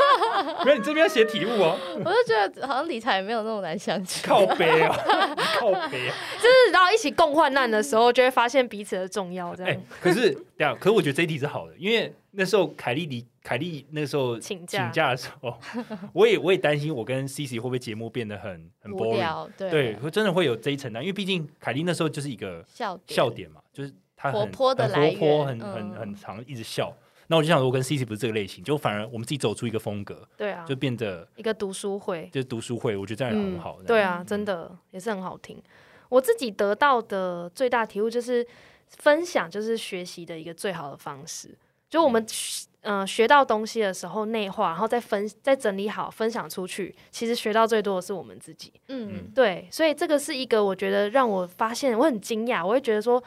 [SPEAKER 3] 没有，你这边要写体悟哦，
[SPEAKER 1] <laughs> 我就觉得好像理财没有那么难相处。
[SPEAKER 3] 靠背哦， <laughs> 靠背、啊。
[SPEAKER 2] <laughs> 就是到一起共患难的时候，就会发现彼此的重要。这
[SPEAKER 3] 哎、
[SPEAKER 2] 样，
[SPEAKER 3] 可是 <laughs> 对啊，可是我觉得这一题是好的，因为那时候凯莉离凯莉那时候
[SPEAKER 2] 请假
[SPEAKER 3] 的时候， <laughs> 我也我也担心我跟 CC 会不会节目变得很很
[SPEAKER 1] 无
[SPEAKER 3] boring，
[SPEAKER 1] 聊，对
[SPEAKER 3] 对，会真的会有这一层的，啊因为毕竟凯莉那时候就是一个
[SPEAKER 1] 笑点
[SPEAKER 3] 笑点嘛，就是她很
[SPEAKER 1] 活泼的来
[SPEAKER 3] 很活泼，很
[SPEAKER 1] 源嗯
[SPEAKER 3] 很很常一直笑。那我就想说，我跟 CC 不是这个类型，就反而我们自己走出一个风格，
[SPEAKER 2] 对啊
[SPEAKER 3] 就，变得
[SPEAKER 2] 一个读书会，
[SPEAKER 3] 就是读书会，我觉得这样也
[SPEAKER 1] 嗯
[SPEAKER 3] 很好。
[SPEAKER 2] 对啊，真的也是很好听。我自己得到的最大体悟就是，分享就是学习的一个最好的方式。就我们嗯、呃学到东西的时候内化，然后再分再整理好分享出去，其实学到最多的是我们自己。
[SPEAKER 1] 嗯，
[SPEAKER 2] 对，所以这个是一个我觉得让我发现我很惊讶，我会觉得说，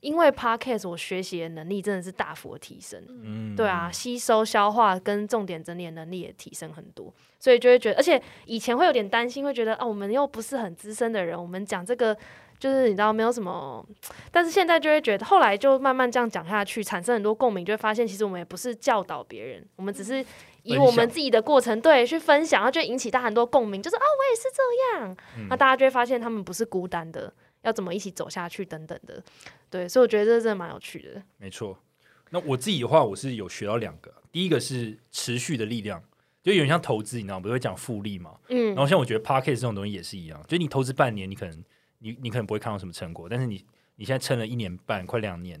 [SPEAKER 2] 因为 podcast 我学习的能力真的是大幅地提升。
[SPEAKER 3] 嗯
[SPEAKER 2] 对啊，，吸收、消化跟重点整理的能力也提升很多，所以就会觉得，而且以前会有点担心，会觉得啊，我们又不是很资深的人，我们讲这个就是你知道没有什么，但是现在就会觉得，后来就慢慢这样讲下去，产生很多共鸣，就会发现其实我们也不是教导别人，我们只是以
[SPEAKER 3] 嗯分
[SPEAKER 2] 我
[SPEAKER 3] 享
[SPEAKER 2] 们自己的过程对去分享，然后就引起大家很多共鸣，就是啊，我也是这样，
[SPEAKER 3] 嗯
[SPEAKER 2] 那大家就会发现他们不是孤单的。要怎么一起走下去等等的，对，所以我觉得这真的蛮有趣的。
[SPEAKER 3] 没错。那我自己的话，我是有学到两个，第一个是持续的力量，就有点像投资，你知道吗，不是会讲复利嘛？
[SPEAKER 2] 嗯
[SPEAKER 3] 然，后像我觉得 p a c k e t 这种东西也是一样，就你投资半年，你可能你你可能不会看到什么成果，但是你你现在撑了一年半，快两年，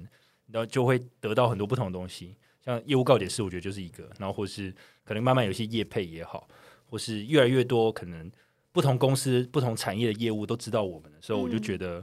[SPEAKER 3] 然后就会得到很多不同的东西。像业务告解室，我觉得就是一个，然后或是可能慢慢有一些业配也好，或是越来越多可能不同公司、不同产业的业务都知道我们的时候，我就觉得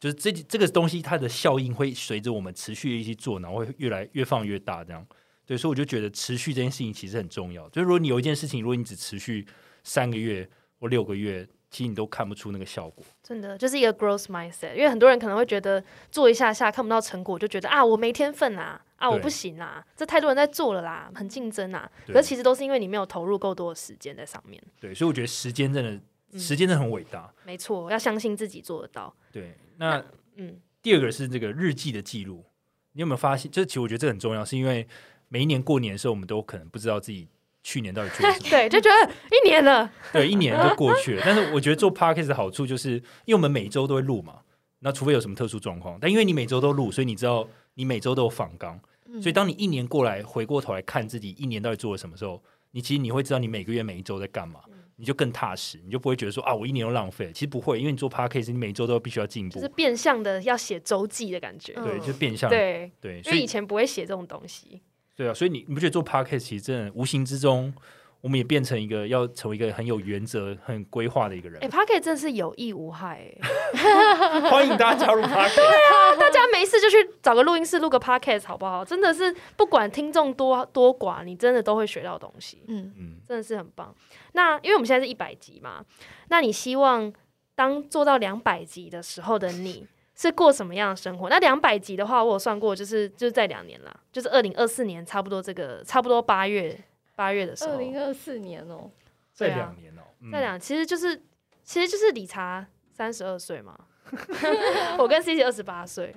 [SPEAKER 3] 就是这这个东西它的效应会随着我们持续一起做，然后会越来越放越大这样。对，所以我就觉得持续这件事情其实很重要。就是如果你有一件事情，如果你只持续三个月或六个月，其实你都看不出那个效果。
[SPEAKER 2] 真的就是一个 growth mindset，因为很多人可能会觉得做一下下看不到成果，就觉得啊我没天分啦，啊
[SPEAKER 3] 对
[SPEAKER 2] 我不行啦，这太多人在做了啦，很竞争啦。
[SPEAKER 3] 对
[SPEAKER 2] 可是其实都是因为你没有投入够多的时间在上面。
[SPEAKER 3] 对，所以我觉得时间真的，时间真的很伟大。
[SPEAKER 2] 没错，要相信自己做得到。
[SPEAKER 3] 对，那 <laughs>
[SPEAKER 2] 嗯，
[SPEAKER 3] 第二个是这个日记的记录，你有没有发现？这其实我觉得这很重要，是因为每一年过年的时候，我们都可能不知道自己去年到底做了什么。
[SPEAKER 2] 对，就觉得一年了，
[SPEAKER 3] <laughs> 对，一年就过去了。但是我觉得做 podcast 的好处就是，因为我们每周都会录嘛，那除非有什么特殊状况，但因为你每周都录，所以你知道你每周都有访纲，
[SPEAKER 2] 嗯
[SPEAKER 3] 所以当你一年过来回过头来看自己一年到底做了什么时候，你其实你会知道你每个月每一周在干嘛，
[SPEAKER 2] 嗯
[SPEAKER 3] 你就更踏实，你就不会觉得说啊我一年都浪费了。其实不会，因为你做 podcast，你每一周都必须要进步，
[SPEAKER 2] 就是变相的要写周记的感觉。
[SPEAKER 1] 嗯
[SPEAKER 3] 对，就变相
[SPEAKER 2] 对，
[SPEAKER 3] 对，
[SPEAKER 2] 因
[SPEAKER 3] 所
[SPEAKER 2] 为以
[SPEAKER 3] 以
[SPEAKER 2] 前不会写这种东西。
[SPEAKER 3] 对啊，所以你你不觉得做 podcast 其实真的无形之中，我们也变成一个要成为一个很有原则、很规划的一个人
[SPEAKER 2] 哎、。p a r k e t 真的是有益无害、欸，
[SPEAKER 3] 欢迎大
[SPEAKER 2] <laughs>
[SPEAKER 3] 家加入 p a r k e
[SPEAKER 2] 大家没事就去找个录音室录个 podcast 好不好？真的是不管听众多多寡，你真的都会学到东西，
[SPEAKER 1] 嗯，
[SPEAKER 3] 嗯，
[SPEAKER 2] 真的是很棒。那因为我们现在是一百集嘛，那你希望当做到两百集的时候的你是过什么样的生活？那两百集的话，我有算过，就是就是在两年啦，就是二零二四年差不多这个差不多八月八月的时候
[SPEAKER 1] 二，零二四年哦、
[SPEAKER 3] 这
[SPEAKER 2] 对啊
[SPEAKER 3] 两年哦、嗯
[SPEAKER 2] 再两其实就是其实就是理查三十二岁嘛， <laughs> 我跟 C C 二十八岁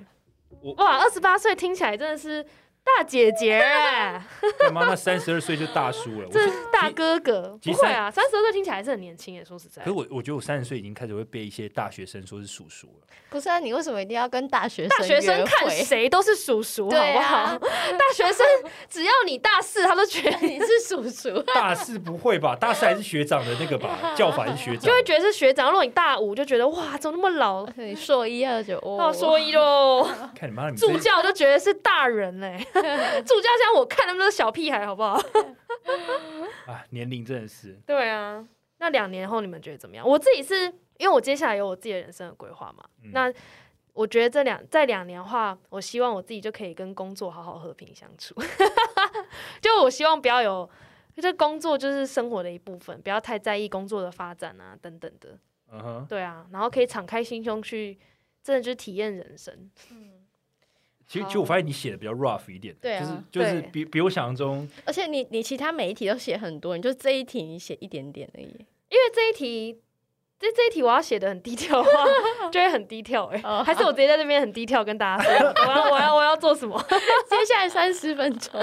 [SPEAKER 3] 我，
[SPEAKER 2] 哇，二十八岁听起来真的是大姐姐
[SPEAKER 3] <laughs>
[SPEAKER 2] 哎，
[SPEAKER 3] 干嘛？那三十二岁就大叔了。我
[SPEAKER 2] 这
[SPEAKER 3] 是
[SPEAKER 2] 是大哥哥，
[SPEAKER 3] 其
[SPEAKER 2] 不
[SPEAKER 3] 实
[SPEAKER 2] 会啊，三十二岁听起来还是很年轻耶，欸说实在
[SPEAKER 3] 可是，我我觉得我三十岁已经开始会被一些大学生说是叔叔了。
[SPEAKER 1] 不是啊，你为什么一定要跟大学
[SPEAKER 2] 大学生
[SPEAKER 1] 约
[SPEAKER 2] 看
[SPEAKER 1] 会？
[SPEAKER 2] 谁都是叔叔，好
[SPEAKER 1] 对
[SPEAKER 2] 不
[SPEAKER 1] 啊
[SPEAKER 2] 好？大学生只要你大四，他都觉得你是叔叔。
[SPEAKER 3] 大四不会吧？大四还是学长的那
[SPEAKER 2] <laughs>
[SPEAKER 3] 个吧？叫法还是学长？
[SPEAKER 2] 就会觉得是学长，如果你大五就觉得哇，怎么那么老？
[SPEAKER 1] 你硕一二九，
[SPEAKER 2] 到
[SPEAKER 1] 哦，
[SPEAKER 2] 说一喽，
[SPEAKER 3] 看你妈，你这
[SPEAKER 2] 助教就觉得是大人嘞、助教像我看他们都是小屁孩，好不好？
[SPEAKER 3] 啊，年龄真的是
[SPEAKER 2] 对啊，那两年后你们觉得怎么样？我自己是因为我接下来有我自己的人生的规划嘛，
[SPEAKER 3] 嗯
[SPEAKER 2] 那我觉得这两在两年的话，我希望我自己就可以跟工作好好和平相处， <laughs> 就我希望不要有。这工作就是生活的一部分，不要太在意工作的发展啊，等等的。
[SPEAKER 3] 嗯哼。
[SPEAKER 2] 对啊，然后可以敞开心胸去，真的就是体验人生。
[SPEAKER 1] 嗯
[SPEAKER 3] 其实
[SPEAKER 1] 好
[SPEAKER 3] 其实我发现你写的比较 rough 一点，
[SPEAKER 1] 对啊
[SPEAKER 3] 就是就是
[SPEAKER 2] 对
[SPEAKER 3] 比比我想象中
[SPEAKER 1] 而且你你其他每一题都写很多，你就这一题你写一点点而已。 <laughs>
[SPEAKER 2] 因为这一题，这这一题我要写的很低 <laughs> 调的话，就会很低调哎、
[SPEAKER 1] 哦
[SPEAKER 2] 还是我直接在这边很低调跟大家说， <laughs> 我要我要我要做什么， <laughs>
[SPEAKER 1] 接下来三十分钟，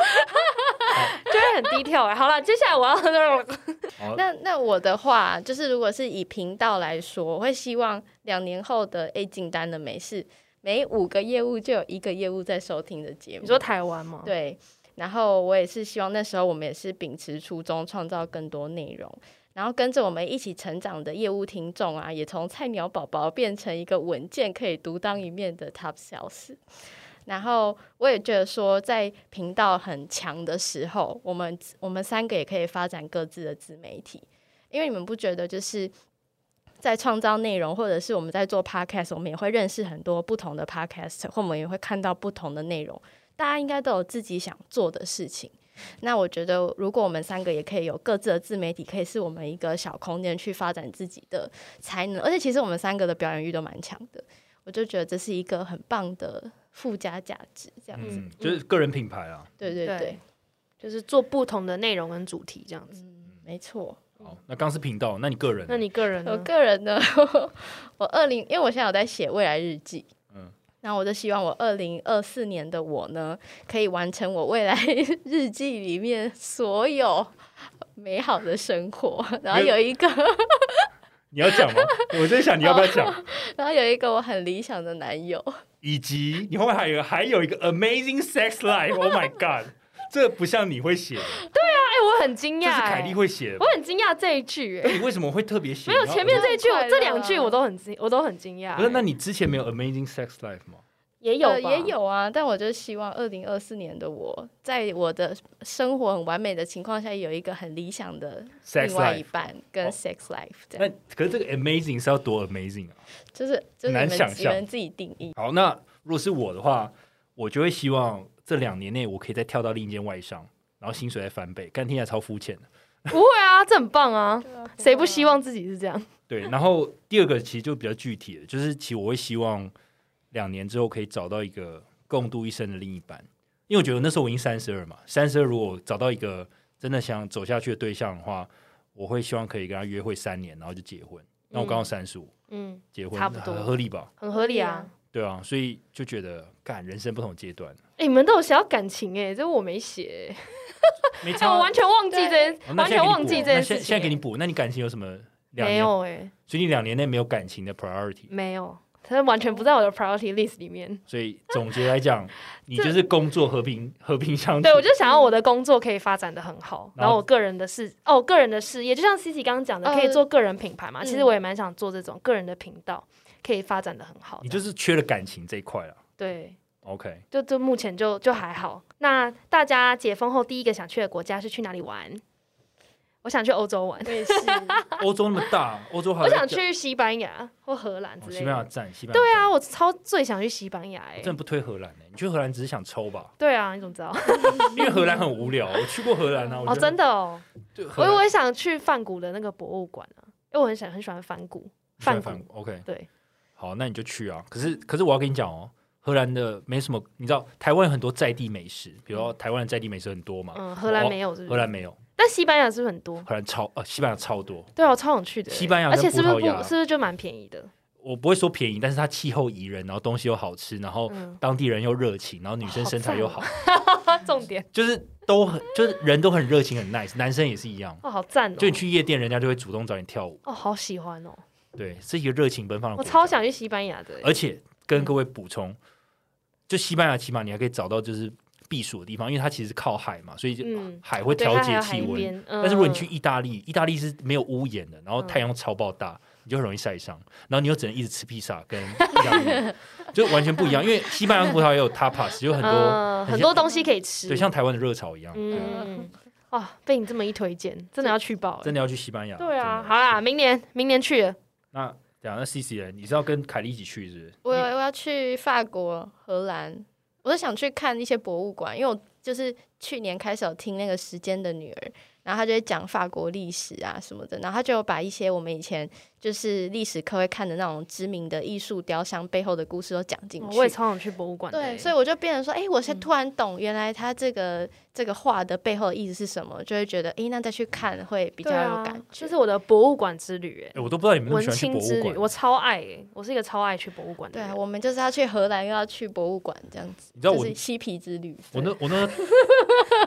[SPEAKER 2] 就会很低调哎、好了，接下来我要 <laughs>
[SPEAKER 3] 哦，
[SPEAKER 1] 那那我的话，就是如果是以频道来说，我会希望两年后的 A 进单的美事，每五个业务就有一个业务在收听的节目。
[SPEAKER 2] 你说台湾吗？，
[SPEAKER 1] 对，然后我也是希望那时候我们也是秉持初衷，创造更多内容，然后跟着我们一起成长的业务听众啊，也从菜鸟宝宝变成一个稳健可以独当一面的 Top Sales。然后我也觉得说，在频道很强的时候，我们我们三个也可以发展各自的自媒体，因为你们不觉得就是在创造内容，或者是我们在做 podcast，我们也会认识很多不同的 podcast，或我们也会看到不同的内容。大家应该都有自己想做的事情。那我觉得，如果我们三个也可以有各自的自媒体，可以是我们一个小空间去发展自己的才能，而且其实我们三个的表演欲都蛮强的，我就觉得这是一个很棒的附加价值，这样子。
[SPEAKER 3] 嗯，就是个人品牌啊。
[SPEAKER 1] 对对对，
[SPEAKER 2] 对就是做不同的内容跟主题这样子。
[SPEAKER 1] 没错。
[SPEAKER 3] 好，那刚是频道，那你个人呢，啊
[SPEAKER 2] 那你个人
[SPEAKER 1] 我
[SPEAKER 2] 呢？
[SPEAKER 1] 个人呢， <laughs> 我二零，因为我现在有在写未来日记，
[SPEAKER 3] 嗯
[SPEAKER 1] 嗯，然后我就希望我二零二四年的我呢，可以完成我未来日记里面所有美好的生活， <laughs> 然后有一个，
[SPEAKER 3] <laughs> 你要讲吗？
[SPEAKER 2] <laughs>
[SPEAKER 3] 我在想你要不要讲，
[SPEAKER 1] 然后有一个我很理想的男友，
[SPEAKER 3] 以及你后面还有还有一个 amazing sex life，Oh my god，这不像你会写的，
[SPEAKER 2] 哎、我很惊
[SPEAKER 3] 这
[SPEAKER 2] 讶、
[SPEAKER 3] 是凯
[SPEAKER 2] 哎
[SPEAKER 3] 莉会写的
[SPEAKER 2] 我
[SPEAKER 3] 吧。
[SPEAKER 2] 很惊讶这一句、哎，
[SPEAKER 3] 你为什么会特别写？
[SPEAKER 2] 没有
[SPEAKER 3] 然后
[SPEAKER 2] 前面这一句，
[SPEAKER 1] 我
[SPEAKER 2] 我
[SPEAKER 1] 很快乐啊
[SPEAKER 2] 这两句我都很惊，我都很惊讶、
[SPEAKER 3] 不是，那
[SPEAKER 2] 哎
[SPEAKER 3] 你之前没有 amazing sex life 吗？
[SPEAKER 2] 也有吧、
[SPEAKER 1] 呃也有啊，但我就希望二零二四年的我，在我的生活很完美的情况下，有一个很理想的
[SPEAKER 3] Sex
[SPEAKER 1] 另外一
[SPEAKER 3] life
[SPEAKER 1] 半
[SPEAKER 3] 哦
[SPEAKER 1] 跟 sex life 这
[SPEAKER 3] 那
[SPEAKER 1] 样，
[SPEAKER 3] 可是这个 amazing 是要多 amazing 啊？
[SPEAKER 1] 就是就是
[SPEAKER 3] 难
[SPEAKER 1] 你
[SPEAKER 3] 想
[SPEAKER 1] 们你
[SPEAKER 3] 象
[SPEAKER 1] 们自己定义， <laughs>
[SPEAKER 3] 好，那如果是我的话，我就会希望这两年内我可以再跳到另一间外商，然后薪水再翻倍，干听起来超肤浅的。
[SPEAKER 2] 不会啊，这很棒啊，谁不希望自己是这样？
[SPEAKER 3] 对，然后第二个其实就比较具体的，就是其实我会希望两年之后可以找到一个共度一生的另一半，因为我觉得那时候我已经三十二嘛，三十二如果找到一个真的想走下去的对象的话，我会希望可以跟他约会三年，然后就结婚。那我刚好三十五，
[SPEAKER 2] 嗯，
[SPEAKER 3] 结婚
[SPEAKER 2] 差不多
[SPEAKER 3] 很合理吧？
[SPEAKER 2] 很合理啊。
[SPEAKER 3] 对啊，所以就觉得干人生不同阶段，
[SPEAKER 2] 欸、你们都有写到感情哎、这我没写、
[SPEAKER 3] 没
[SPEAKER 2] 欸，
[SPEAKER 3] 差
[SPEAKER 2] 哎、<laughs>
[SPEAKER 3] 啊、
[SPEAKER 2] 我完全忘记这件，
[SPEAKER 3] 哦那
[SPEAKER 2] 完
[SPEAKER 3] 现
[SPEAKER 2] 全
[SPEAKER 3] 在给你
[SPEAKER 2] 忘
[SPEAKER 3] 补
[SPEAKER 2] 记
[SPEAKER 3] 哦
[SPEAKER 2] 这件
[SPEAKER 3] 那
[SPEAKER 2] 事情、欸
[SPEAKER 3] 现现在给你补，那你感情有什么两
[SPEAKER 2] 没
[SPEAKER 3] 年？
[SPEAKER 2] 有哎、
[SPEAKER 3] 所以你两年内没有感情的 priority。
[SPEAKER 2] 没有，它完全不在我的 priority list 里面。
[SPEAKER 3] 所以总结
[SPEAKER 2] <laughs>
[SPEAKER 3] 来讲，你就是工作和平和平相处
[SPEAKER 2] 对，。我就想要我的工作可以发展的很好，
[SPEAKER 3] 然
[SPEAKER 2] 然
[SPEAKER 3] 后
[SPEAKER 2] 后我个人的事，哦，我个人的事业，就像 C C 刚刚讲的，
[SPEAKER 1] 呃
[SPEAKER 2] 可以做个人品牌嘛。其实
[SPEAKER 1] 嗯
[SPEAKER 2] 我也蛮
[SPEAKER 3] 嗯
[SPEAKER 2] 想做这种个人的频道，可以发展的很好的。
[SPEAKER 3] 你就是缺了感情这一块了。
[SPEAKER 2] 对， <laughs>
[SPEAKER 3] OK，
[SPEAKER 2] 就就目前就就还好。那大家解封后第一个想去的国家是去哪里玩？我想去欧洲
[SPEAKER 3] <laughs> 哦
[SPEAKER 2] 玩，
[SPEAKER 1] 我也是，
[SPEAKER 3] 欧洲那么大，欧洲还
[SPEAKER 2] 我
[SPEAKER 3] 有
[SPEAKER 2] 想去西班牙或荷兰
[SPEAKER 3] 哦
[SPEAKER 2] 之
[SPEAKER 3] 西
[SPEAKER 2] 类
[SPEAKER 3] 班牙
[SPEAKER 2] 的。
[SPEAKER 3] 站，西班牙
[SPEAKER 2] 对啊，
[SPEAKER 3] 站，
[SPEAKER 2] 我超最想去西班牙哎、，
[SPEAKER 3] 我真的不推荷兰呢。欸你去荷兰只是想抽吧 <laughs>
[SPEAKER 2] 对啊，你怎么知道？
[SPEAKER 3] 因为荷兰很无聊。我去过荷兰啊，
[SPEAKER 2] 哦，真
[SPEAKER 3] 的，
[SPEAKER 2] 的哦，
[SPEAKER 3] 对荷
[SPEAKER 2] 我
[SPEAKER 3] 兰
[SPEAKER 2] 我也想去梵谷的那个博物馆啊，因为我很想很喜欢梵谷。
[SPEAKER 3] 喜欢
[SPEAKER 2] 梵
[SPEAKER 3] 梵谷 OK，
[SPEAKER 2] 对，
[SPEAKER 3] 好，那你就去啊。可是可是我要跟你讲哦，荷兰的没什么，你知道台湾有很多在地美食，比如说台湾的在地美食很多嘛，
[SPEAKER 2] 嗯，荷兰没有是不
[SPEAKER 3] 荷
[SPEAKER 2] 是？
[SPEAKER 3] 兰没有，
[SPEAKER 2] 但西班牙是不是很多？
[SPEAKER 3] 荷兰超呃西班牙超多。
[SPEAKER 2] 对啊，我超想去的欸。
[SPEAKER 3] 西班牙
[SPEAKER 2] 而
[SPEAKER 3] 跟
[SPEAKER 2] 且是不是
[SPEAKER 3] 葡萄
[SPEAKER 2] 不
[SPEAKER 3] 牙
[SPEAKER 2] 是不是就蛮便宜的？
[SPEAKER 3] 我不会说便宜，但是它气候宜人，然后东西又好吃，然后
[SPEAKER 2] 嗯，
[SPEAKER 3] 当地人又热情，然后女生身材又好，
[SPEAKER 2] <laughs> 重点
[SPEAKER 3] 就是都很就是人都很热情很 nice，男生也是一样。
[SPEAKER 2] 哦，好赞哦！
[SPEAKER 3] 就你去夜店，人家就会主动找你跳舞，
[SPEAKER 2] 哦，好喜欢哦，
[SPEAKER 3] 对，是一个热情奔放的
[SPEAKER 2] 我
[SPEAKER 3] 国家。
[SPEAKER 2] 超想去西班牙的欸。
[SPEAKER 3] 而且跟各位补充，就西班牙起码你还可以找到就是避暑的地方，因为它其实靠海嘛，所以就
[SPEAKER 2] 嗯
[SPEAKER 3] 海会
[SPEAKER 2] 对
[SPEAKER 3] 调
[SPEAKER 2] 它还
[SPEAKER 3] 节
[SPEAKER 2] 有
[SPEAKER 3] 气
[SPEAKER 2] 海
[SPEAKER 3] 温。
[SPEAKER 2] 边
[SPEAKER 3] 但是如果你
[SPEAKER 2] 嗯
[SPEAKER 3] 去意大利，意大利是没有屋檐的，然后太阳超爆大，你就很容易晒伤，然后你又只能一直吃披萨跟意大利， <laughs> 就完全不一样。因为西班牙跟葡萄牙也有 tapas，有很多
[SPEAKER 2] 嗯
[SPEAKER 3] 很
[SPEAKER 2] 很
[SPEAKER 3] 像
[SPEAKER 2] 多东西可以吃，
[SPEAKER 3] 对像台湾的热潮一样，
[SPEAKER 2] 嗯，哇，被你这么一推荐，真的要去爆
[SPEAKER 3] 真
[SPEAKER 2] 欸。
[SPEAKER 3] 的要去西班牙。
[SPEAKER 2] 对啊，
[SPEAKER 3] 真的
[SPEAKER 2] 好啦，明年明年去了，
[SPEAKER 3] 那讲那 C C 人，你是要跟凯莉一起去是不是？
[SPEAKER 1] 我我要去法国、荷兰，我是想去看一些博物馆，因为我就是去年开始有听那个《时间的女儿》，然后她就会讲法国历史啊什么的，然后她就有把一些我们以前就是历史课会看的那种知名的艺术雕像背后的故事都讲进
[SPEAKER 2] 哦
[SPEAKER 1] 去。
[SPEAKER 2] 我也超想去博物馆的欸。嗯
[SPEAKER 1] 对，所以我就变成说，哎、我是突然懂，原来他这个、这个画的背后的意思是什么，就会觉得，哎、那再去看会比较
[SPEAKER 2] 对啊
[SPEAKER 1] 有感觉。
[SPEAKER 2] 这是我的博物馆之旅
[SPEAKER 3] 哎、
[SPEAKER 2] 哎。
[SPEAKER 3] 我都不知道你们那么
[SPEAKER 2] 文
[SPEAKER 3] 喜欢去
[SPEAKER 2] 青
[SPEAKER 3] 博
[SPEAKER 2] 之旅，
[SPEAKER 3] 物馆。
[SPEAKER 2] 我超爱欸，我是一个超爱去博物馆的
[SPEAKER 1] 对啊，
[SPEAKER 2] 人。
[SPEAKER 1] 我们就是要去荷兰，又要去博物馆，这样子，
[SPEAKER 3] 你知道我
[SPEAKER 1] 就是嬉皮之旅。
[SPEAKER 3] 我
[SPEAKER 1] 对
[SPEAKER 3] 那我那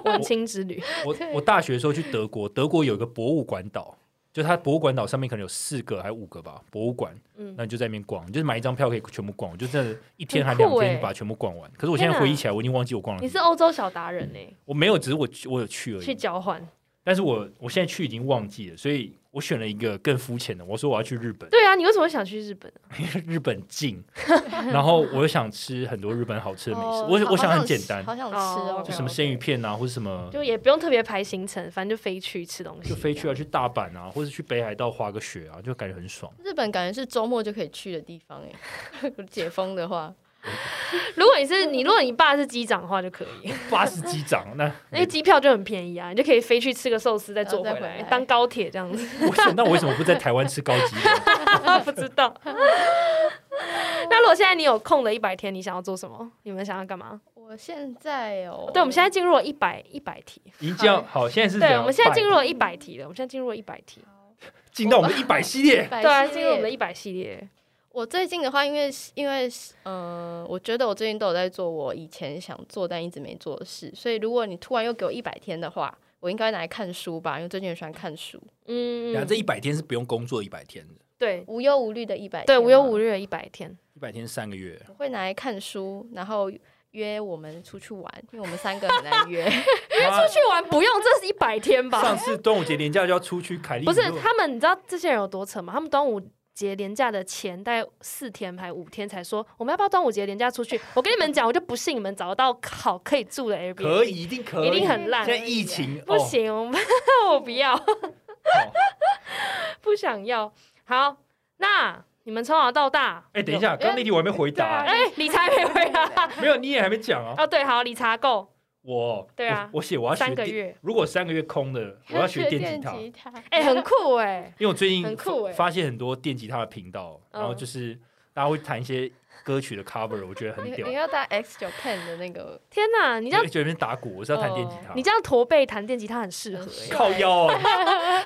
[SPEAKER 2] 文青之旅， <laughs>
[SPEAKER 3] 我我大学的时候去德国，德国有一个博物馆岛，就它博物馆岛上面可能有四个还五个吧博物馆，
[SPEAKER 2] 嗯
[SPEAKER 3] 那你就在那边逛，你就是买一张票可以全部逛，我就真的一天还
[SPEAKER 2] 很酷
[SPEAKER 3] 两天
[SPEAKER 2] 欸
[SPEAKER 3] 就把它全部逛完。可是我现在
[SPEAKER 2] 天哪
[SPEAKER 3] 回忆起来，我已经忘记我逛了
[SPEAKER 2] 你
[SPEAKER 3] 几
[SPEAKER 2] 是，欧洲小达人呢，
[SPEAKER 3] 我没有，只是我去我有去而
[SPEAKER 2] 去
[SPEAKER 3] 已。
[SPEAKER 2] 交换。
[SPEAKER 3] 但是我我现在去已经忘记了，所以我选了一个更肤浅的，我说我要去日
[SPEAKER 2] <laughs>
[SPEAKER 3] 本，
[SPEAKER 2] 对啊，你为什么会想去日本啊？
[SPEAKER 3] 日本近，然后我又想吃很多日本好吃的美食，
[SPEAKER 1] 哦
[SPEAKER 3] 我
[SPEAKER 1] 好
[SPEAKER 3] 我想
[SPEAKER 1] 好
[SPEAKER 3] 很简
[SPEAKER 1] 吃
[SPEAKER 3] 单，
[SPEAKER 1] 好想吃
[SPEAKER 2] 哦
[SPEAKER 1] 哦，
[SPEAKER 3] 就什么生鱼片啊，或者什么。
[SPEAKER 2] 就也不用特别排行程，反正就飞去吃东西，
[SPEAKER 3] 就飞去啊，去大阪啊，或者去北海道滑个雪啊，就感觉很爽。
[SPEAKER 1] 日本感觉是周末就可以去的地方哎， <laughs> 解封的话，
[SPEAKER 2] 如果你 <laughs> 是你，如果你爸是机长的话就可以，
[SPEAKER 3] 巴士机长
[SPEAKER 2] <laughs>
[SPEAKER 3] 那
[SPEAKER 2] 因为机票就很便宜啊，你就可以飞去吃个寿司，再坐回
[SPEAKER 1] 然后再
[SPEAKER 2] 来，
[SPEAKER 1] 回来
[SPEAKER 2] 当高铁这样子。 <laughs>
[SPEAKER 3] 我想到我为什么不在台湾吃高级的？
[SPEAKER 2] 不知 <laughs> 道。那如果现在你有空了一百天，你想要做什么？你们想要干嘛？
[SPEAKER 1] 我现在哦，
[SPEAKER 2] 对，我们现在进入了一百一百题。
[SPEAKER 3] 银匠好，现在是怎
[SPEAKER 2] 对，
[SPEAKER 3] 样
[SPEAKER 2] 我们现在进入
[SPEAKER 3] 百
[SPEAKER 2] 了一百题了。我们现在进入了一百题，
[SPEAKER 3] 进到我们的一百系列，
[SPEAKER 1] 在
[SPEAKER 2] 对啊，进入我们的一百系列。
[SPEAKER 1] 我最近的话，因为因为呃，我觉得我最近都有在做我以前想做但一直没做的事，所以如果你突然又给我一百天的话，我应该拿来看书吧，因为最近很喜欢看书，
[SPEAKER 2] 嗯，
[SPEAKER 3] 这一百天是不用工作一百天的，
[SPEAKER 2] 对
[SPEAKER 1] 无忧无虑的一百，
[SPEAKER 2] 对，无忧无虑的一百天。
[SPEAKER 3] 一百天是三个月。
[SPEAKER 1] 我会拿来看书，然后约我们出去玩，因为我们三个很难
[SPEAKER 2] <laughs>
[SPEAKER 1] 约。
[SPEAKER 2] 哎
[SPEAKER 3] 出
[SPEAKER 2] 去玩不用，这是一百天吧？
[SPEAKER 3] 上次端午节连假就要出去，凯莉
[SPEAKER 2] 不是
[SPEAKER 3] 你就
[SPEAKER 2] 他们，你知道这些人有多扯吗？他们端午节连假的前大概四天还五天才说我们要不要端午节连假出去？我跟你们讲，我就不信你们找到好可以住的 Airbnb，
[SPEAKER 3] 可以，一哦定可以，
[SPEAKER 2] 一定很烂。
[SPEAKER 3] 现在疫情
[SPEAKER 2] 不，行，我们 <laughs> 我不要，
[SPEAKER 3] 哦好
[SPEAKER 2] 不想要。好，那你们从小到大，
[SPEAKER 3] 哎，等一下，刚哎刚那题我还没回答，
[SPEAKER 2] 哎、理财没回来
[SPEAKER 3] 没有，你也还没
[SPEAKER 2] <laughs>
[SPEAKER 3] 讲啊。
[SPEAKER 2] 哦，对，好，理查够。
[SPEAKER 3] 我
[SPEAKER 2] 对啊
[SPEAKER 3] 我我写我要学
[SPEAKER 2] 三个
[SPEAKER 3] 电
[SPEAKER 2] 月，
[SPEAKER 3] 如果三个月空的，我要学电吉他。
[SPEAKER 1] 吉他，
[SPEAKER 2] 哎、很酷哎、
[SPEAKER 3] 因为我最近
[SPEAKER 2] 很酷
[SPEAKER 3] 发
[SPEAKER 2] 欸
[SPEAKER 3] 发现很多电吉他的频道，
[SPEAKER 2] 嗯
[SPEAKER 3] 然后就是大家会弹一些歌曲的 cover，我觉得很
[SPEAKER 1] 你
[SPEAKER 3] 屌
[SPEAKER 1] 你。要打 X 九 Pen 的那个，
[SPEAKER 2] 天哪，你这样
[SPEAKER 3] 就那边打鼓，我是要弹电吉他，
[SPEAKER 2] 哦你这样驼背弹电吉他很适合、
[SPEAKER 1] 很
[SPEAKER 3] <laughs>
[SPEAKER 2] 欸，
[SPEAKER 1] 帅
[SPEAKER 3] 靠腰啊！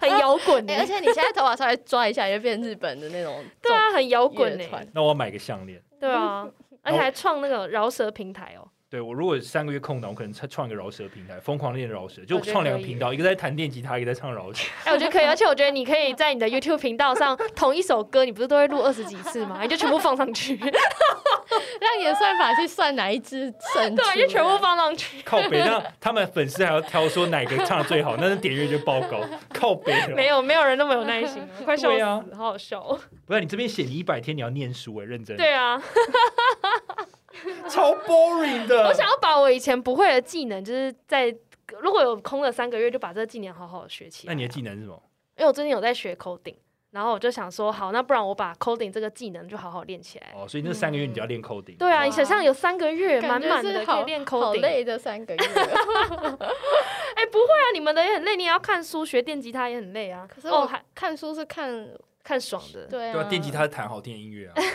[SPEAKER 2] 很摇滚
[SPEAKER 1] 哎、
[SPEAKER 2] 哎、
[SPEAKER 1] 而且你现在头发稍微抓一下，就变日本的那 <laughs> 种
[SPEAKER 2] 对啊，很摇
[SPEAKER 1] 摇
[SPEAKER 2] 滚哎、
[SPEAKER 1] 团。
[SPEAKER 3] 那我要买个项链。
[SPEAKER 2] 对啊，而且还创那个饶舌平台哦。
[SPEAKER 3] 对我如果三个月空档，我可能创一个饶舌平台，疯狂练饶舌，就
[SPEAKER 2] 我觉得
[SPEAKER 3] 创两个
[SPEAKER 2] 可以
[SPEAKER 3] 频道，一个在弹电吉他，一个在唱饶舌。
[SPEAKER 2] 哎、我觉
[SPEAKER 1] <laughs>
[SPEAKER 2] 得可以，而且我觉得你可以在你的 YouTube 频道上，同一首歌你不是都会录二十几次吗？你就全部放上
[SPEAKER 1] <laughs>
[SPEAKER 2] 去，对，
[SPEAKER 1] 让演算法去算哪一 <laughs> 支胜出，
[SPEAKER 2] 啊就全部放上去，
[SPEAKER 3] 靠北，那他们粉丝还要挑说哪个唱的最好，那点阅就爆高。靠北了，
[SPEAKER 2] 没有没有人那么有耐
[SPEAKER 1] <laughs>
[SPEAKER 2] 心了，快笑
[SPEAKER 3] 对
[SPEAKER 2] 死，
[SPEAKER 3] 啊
[SPEAKER 2] 好好笑、哦。啊
[SPEAKER 3] 不是你这边写你一百天你要念书哎，认真。
[SPEAKER 2] 对啊，
[SPEAKER 3] 欸超 boring 的。
[SPEAKER 2] 我想要把我以前不会的技能，就是在如果有空了三个月，就把这个技能好好地学起来啊。
[SPEAKER 3] 那你的技能是什么？
[SPEAKER 2] 因为我最近有在学 coding，然后我就想说，好，那不然我把 coding 这个技能就好好练起来。
[SPEAKER 3] 哦，所以那三个月你就要练 coding。
[SPEAKER 2] 对啊，
[SPEAKER 1] 哇
[SPEAKER 2] 你想象有三个月满
[SPEAKER 1] 感觉
[SPEAKER 2] 满
[SPEAKER 1] 是
[SPEAKER 2] 的可
[SPEAKER 1] 好
[SPEAKER 2] 以练
[SPEAKER 1] 好
[SPEAKER 2] coding，
[SPEAKER 1] 累的三个月。 <laughs>
[SPEAKER 2] 哎、不会啊，你们的也很累，你也要看书，学电吉他也很累啊。
[SPEAKER 1] 可是
[SPEAKER 2] 哦，
[SPEAKER 1] 我
[SPEAKER 2] 还
[SPEAKER 1] 看书是看
[SPEAKER 2] 看爽的，
[SPEAKER 1] 对
[SPEAKER 3] 对
[SPEAKER 1] 啊，
[SPEAKER 3] 啊，电吉他弹好听的音乐啊，
[SPEAKER 1] 那 <laughs>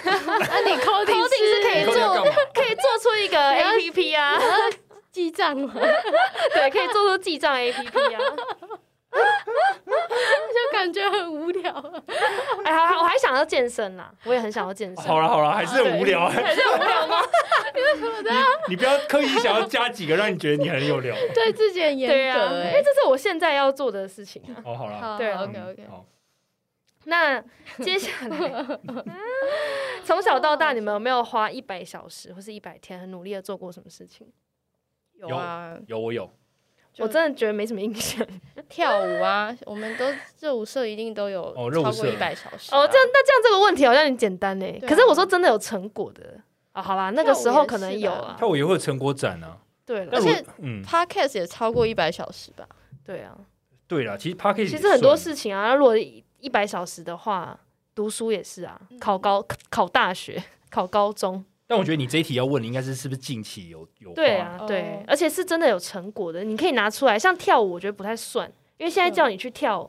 [SPEAKER 1] 你 coding
[SPEAKER 2] coding 是可以
[SPEAKER 3] 你 coding 要干嘛？
[SPEAKER 2] 可以做出一个 A P P
[SPEAKER 1] <laughs>
[SPEAKER 2] 啊，
[SPEAKER 1] 记账吗？ <laughs>
[SPEAKER 2] 对，可以做出记账 A P P 啊。
[SPEAKER 1] 就感觉很无聊。
[SPEAKER 2] 哎、还还我还想要健身啦，我也很想要健身。
[SPEAKER 3] 好了好了，还是很无聊啊。
[SPEAKER 2] 还是很无
[SPEAKER 3] <laughs>
[SPEAKER 2] 聊吗？啊
[SPEAKER 3] 你不要刻意想要加几个，让你觉得你很有聊。
[SPEAKER 1] 对自己很严
[SPEAKER 2] 对啊，
[SPEAKER 1] 格
[SPEAKER 2] 因
[SPEAKER 1] 哎
[SPEAKER 2] 为。这是我现在要做的事情啊。
[SPEAKER 3] 哦，好了，
[SPEAKER 1] 好
[SPEAKER 2] 对啊
[SPEAKER 1] ，OK OK
[SPEAKER 3] 嗯。好，
[SPEAKER 2] 那接下来，
[SPEAKER 1] <laughs>
[SPEAKER 2] 从小到大，你们有没有花一百小时或是一百天很努力的做过什么事情？
[SPEAKER 1] 有啊，
[SPEAKER 3] 有我有，
[SPEAKER 1] 就
[SPEAKER 2] 我真的觉得没什么印象。 <laughs>
[SPEAKER 1] 跳舞啊，我们都热舞社一定都有
[SPEAKER 3] 哦热舞
[SPEAKER 1] 超
[SPEAKER 3] 社
[SPEAKER 1] 过一百小时啊。
[SPEAKER 2] 哦，这样那这样这个问题好像很简单呢、
[SPEAKER 1] 对啊
[SPEAKER 2] 可是我说真的有成果的啊、好啦，那个时候可能有啊
[SPEAKER 3] 他。我也会有成果展啊。
[SPEAKER 2] 对
[SPEAKER 3] 但
[SPEAKER 2] 了
[SPEAKER 1] 而，且
[SPEAKER 3] 我嗯，
[SPEAKER 1] podcast 也超过一百小时吧？
[SPEAKER 2] 对啊，
[SPEAKER 3] 对了，其实 p a r k
[SPEAKER 2] 其实很多事情啊，那如果一百小时的话，读书也是啊，考高考大学。 <laughs> 考高中，
[SPEAKER 3] 但我觉得你这一题要问的应该是是不是近期有有
[SPEAKER 2] 对
[SPEAKER 3] 花
[SPEAKER 2] 啊，
[SPEAKER 1] 哦
[SPEAKER 2] 对，而且是真的有成果的，你可以拿出来。像跳舞，我觉得不太算，因为现在叫你去跳，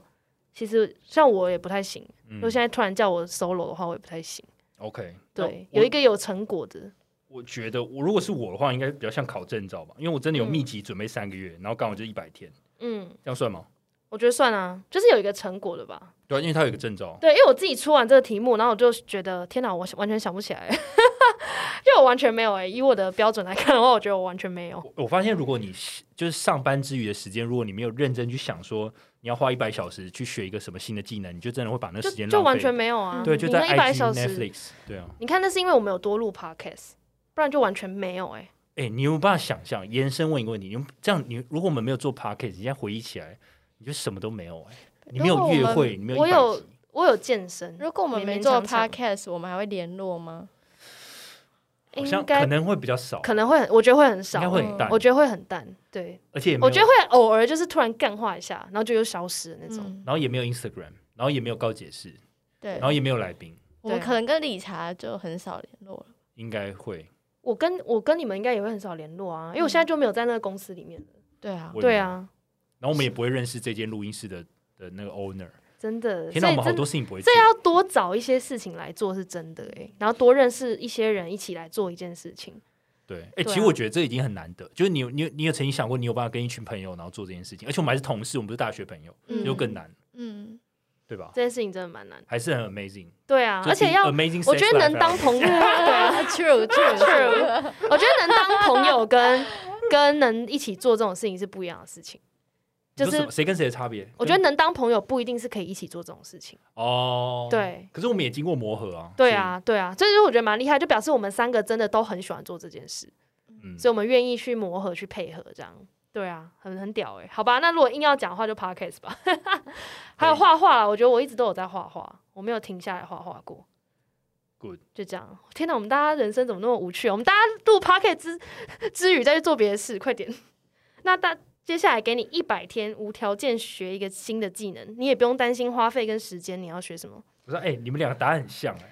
[SPEAKER 2] 其实像我也不太行。
[SPEAKER 3] 嗯
[SPEAKER 2] 如果现在突然叫我 solo 的话，我也不太行。
[SPEAKER 3] OK，
[SPEAKER 2] 对，
[SPEAKER 3] 那我
[SPEAKER 2] 有一个有成果的，
[SPEAKER 3] 我觉得我如果是我的话，应该比较像考证照吧，因为我真的有密集准备三个月，然后刚好就一百天，
[SPEAKER 2] 嗯，
[SPEAKER 3] 这样算吗？
[SPEAKER 2] 我觉得算啊，就是有一个成果的吧。
[SPEAKER 3] 对啊，因为它有一个证照，
[SPEAKER 2] 对，因为我自己出完这个题目，然后我就觉得天哪，我完全想不起来， <laughs> 因为我完全没有哎、以我的标准来看的话，我觉得我完全没有。
[SPEAKER 3] 我我发现，如果你是就是上班之余的时间，如果你没有认真去想说你要花一百小时去学一个什么新的技能，你就真的会把那
[SPEAKER 2] 就
[SPEAKER 3] 时间
[SPEAKER 2] 就
[SPEAKER 3] 浪费
[SPEAKER 2] 完全没有啊！
[SPEAKER 3] 对，就
[SPEAKER 2] 你
[SPEAKER 3] 在
[SPEAKER 2] 那一百
[SPEAKER 3] IG
[SPEAKER 2] 小时，
[SPEAKER 3] Netflix，对啊，
[SPEAKER 2] 你看那是因为我们有多录 podcast，不然就完全没有哎、
[SPEAKER 3] 哎、你有没有办法想象？延伸问一个问题，你们这样你如果我们没有做 podcast，你现在回忆起来，你就什么都没有哎、你没
[SPEAKER 1] 如果我
[SPEAKER 3] 有约
[SPEAKER 1] 们
[SPEAKER 3] 会，你没有
[SPEAKER 2] 我
[SPEAKER 3] 一百
[SPEAKER 2] 有
[SPEAKER 3] 集
[SPEAKER 2] 我有健身，
[SPEAKER 1] 如果我们没
[SPEAKER 2] 勉
[SPEAKER 1] 做
[SPEAKER 2] 勉强强
[SPEAKER 1] podcast，我们还会联络吗？
[SPEAKER 3] 好像
[SPEAKER 2] 应
[SPEAKER 3] 可
[SPEAKER 2] 该
[SPEAKER 3] 能会比较少，
[SPEAKER 2] 可能会很，我觉得会很
[SPEAKER 3] 应
[SPEAKER 2] 少
[SPEAKER 3] 该
[SPEAKER 2] 欸、
[SPEAKER 3] 会很
[SPEAKER 1] 嗯
[SPEAKER 3] 淡，
[SPEAKER 2] 我觉得会很淡。对，
[SPEAKER 3] 而且也没
[SPEAKER 2] 我觉得
[SPEAKER 3] 有，
[SPEAKER 2] 会偶尔就是突然干化一下，然后就又消失的那种。
[SPEAKER 1] 嗯，
[SPEAKER 3] 然后也没有 Instagram，然后也没有高解释，
[SPEAKER 1] 对
[SPEAKER 3] 然。后也没有来宾，
[SPEAKER 1] 我们
[SPEAKER 2] 对啊
[SPEAKER 1] 可能跟理查就很少联络了。
[SPEAKER 3] 应该会。
[SPEAKER 2] 我跟我跟你们应该也会很少联络啊，因为我
[SPEAKER 1] 嗯
[SPEAKER 2] 现在就没有在那个公司里面了。
[SPEAKER 1] 对啊，
[SPEAKER 3] 我也没
[SPEAKER 2] 对
[SPEAKER 3] 有，
[SPEAKER 2] 啊，
[SPEAKER 3] 然后我们也不会认识这间录音室的的那个 owner。
[SPEAKER 2] 真的，
[SPEAKER 3] 天
[SPEAKER 2] 所
[SPEAKER 3] 哪，
[SPEAKER 2] 以
[SPEAKER 3] 我们好
[SPEAKER 2] 真啊
[SPEAKER 3] 多事情不会做
[SPEAKER 2] 这。要多找一些事情来做是真的哎、然后多认识一些人一起来做一件事情。
[SPEAKER 3] 对，哎、
[SPEAKER 2] 对
[SPEAKER 3] 其实
[SPEAKER 2] 啊
[SPEAKER 3] 我觉得这已经很难得，就是你有你有你有曾经想过你有办法跟一群朋友然后做这件事情，而且我们还是同事，我们不是大学朋友，
[SPEAKER 1] 嗯
[SPEAKER 3] 就更难，
[SPEAKER 1] 嗯，
[SPEAKER 3] 对吧？
[SPEAKER 2] 这件事情真的蛮难的。
[SPEAKER 3] 还是很 amazing，
[SPEAKER 2] 对啊，
[SPEAKER 3] 就
[SPEAKER 2] 而
[SPEAKER 3] 是
[SPEAKER 2] 且要
[SPEAKER 3] amazing，
[SPEAKER 2] <laughs> 我觉得
[SPEAKER 3] sex
[SPEAKER 2] 能
[SPEAKER 3] life
[SPEAKER 2] 当朋友，对啊， <laughs>
[SPEAKER 1] true true true，
[SPEAKER 2] 我觉得能当朋友跟 <laughs> 跟能一起做这种事情是不一样的事情。
[SPEAKER 3] 你
[SPEAKER 2] 就
[SPEAKER 3] 说什
[SPEAKER 2] 是
[SPEAKER 3] 么谁跟谁的差别？
[SPEAKER 2] 我觉得能当朋友不一定是可以一起做这种事情。
[SPEAKER 3] 哦，。
[SPEAKER 2] 对。
[SPEAKER 3] 可是我们也经过磨合啊，
[SPEAKER 2] 对啊，对啊，所以我觉得蛮厉害，就表示我们三个真的都很喜欢做这件事。
[SPEAKER 3] 所以，嗯，
[SPEAKER 2] 所以我们愿意去磨合、去配合，这样。对啊，很很屌哎、好吧，那如果硬要讲的话，就 podcast <laughs> 吧。还有画画啦，我觉得我一直都有在画画，我没有停下来画画过。
[SPEAKER 3] Good
[SPEAKER 2] 就这样。天哪，我们大家人生怎么那么无趣啊、我们大家录 podcast 之 <laughs> 之余再去做别的事，快点。 <laughs> 那大接下来给你一百天，无条件学一个新的技能，你也不用担心花费跟时间。你要学什么
[SPEAKER 3] 我说，哎、你们两个答案很像、哎，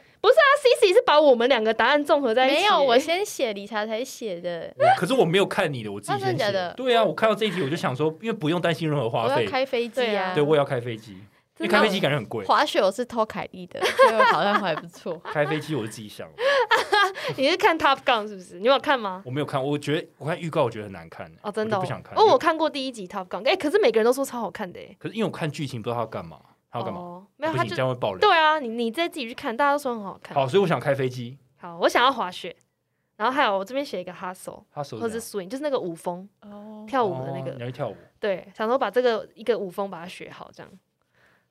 [SPEAKER 2] ？Cici 是把我们两个答案综合在一起、
[SPEAKER 1] 没有，我先写理查才写的，
[SPEAKER 3] 我可是我没有看你的，
[SPEAKER 2] <laughs>
[SPEAKER 3] 我自己
[SPEAKER 1] 啊
[SPEAKER 3] 先
[SPEAKER 1] 真的假
[SPEAKER 3] 写
[SPEAKER 1] 的
[SPEAKER 3] 对啊，我看到这一题我就想说，因为不用担心任何
[SPEAKER 1] 我
[SPEAKER 3] 花费
[SPEAKER 1] 要，开飞机
[SPEAKER 2] 对
[SPEAKER 1] 啊，
[SPEAKER 2] 啊
[SPEAKER 3] 对我也要开飞机，因
[SPEAKER 2] 真
[SPEAKER 3] 为开
[SPEAKER 2] 的
[SPEAKER 3] 飞机感觉很贵，。
[SPEAKER 1] 滑雪我是偷凯莉
[SPEAKER 2] <laughs>
[SPEAKER 1] 的，所以我好像还不错
[SPEAKER 3] 开飞机我是自己想的，
[SPEAKER 2] 欸 <laughs> 你是看 Top Gun 是不是？你有看吗？
[SPEAKER 3] 我没有看，我觉得我看预告我觉得很难看、哎
[SPEAKER 2] 哦，真的、
[SPEAKER 3] 我
[SPEAKER 2] 哦、
[SPEAKER 3] 就不想看，
[SPEAKER 2] 哦，我看过第一集《Top Gun》，哎，可是每个人都说超好看的哎。
[SPEAKER 3] 可是因为我看剧情不知道他要干嘛，他要干嘛？
[SPEAKER 2] 哦？没有，
[SPEAKER 3] 不
[SPEAKER 2] 他
[SPEAKER 3] 行，这
[SPEAKER 2] 就
[SPEAKER 3] 样会爆雷。
[SPEAKER 2] 对啊，你你再自己去看，大家都说很好看。
[SPEAKER 3] 好，所以我想开飞机，
[SPEAKER 2] 好，我想要滑雪，然后还有我这边写一个 hustle
[SPEAKER 3] 他手
[SPEAKER 2] 或者
[SPEAKER 3] 怎
[SPEAKER 2] 哦是
[SPEAKER 3] 样
[SPEAKER 2] swing，就是那个舞风
[SPEAKER 1] 哦，
[SPEAKER 2] 跳舞的那
[SPEAKER 3] 哦
[SPEAKER 2] 个
[SPEAKER 3] 你。要去跳舞。
[SPEAKER 2] 对，想说把这个一个舞风把它学好这样。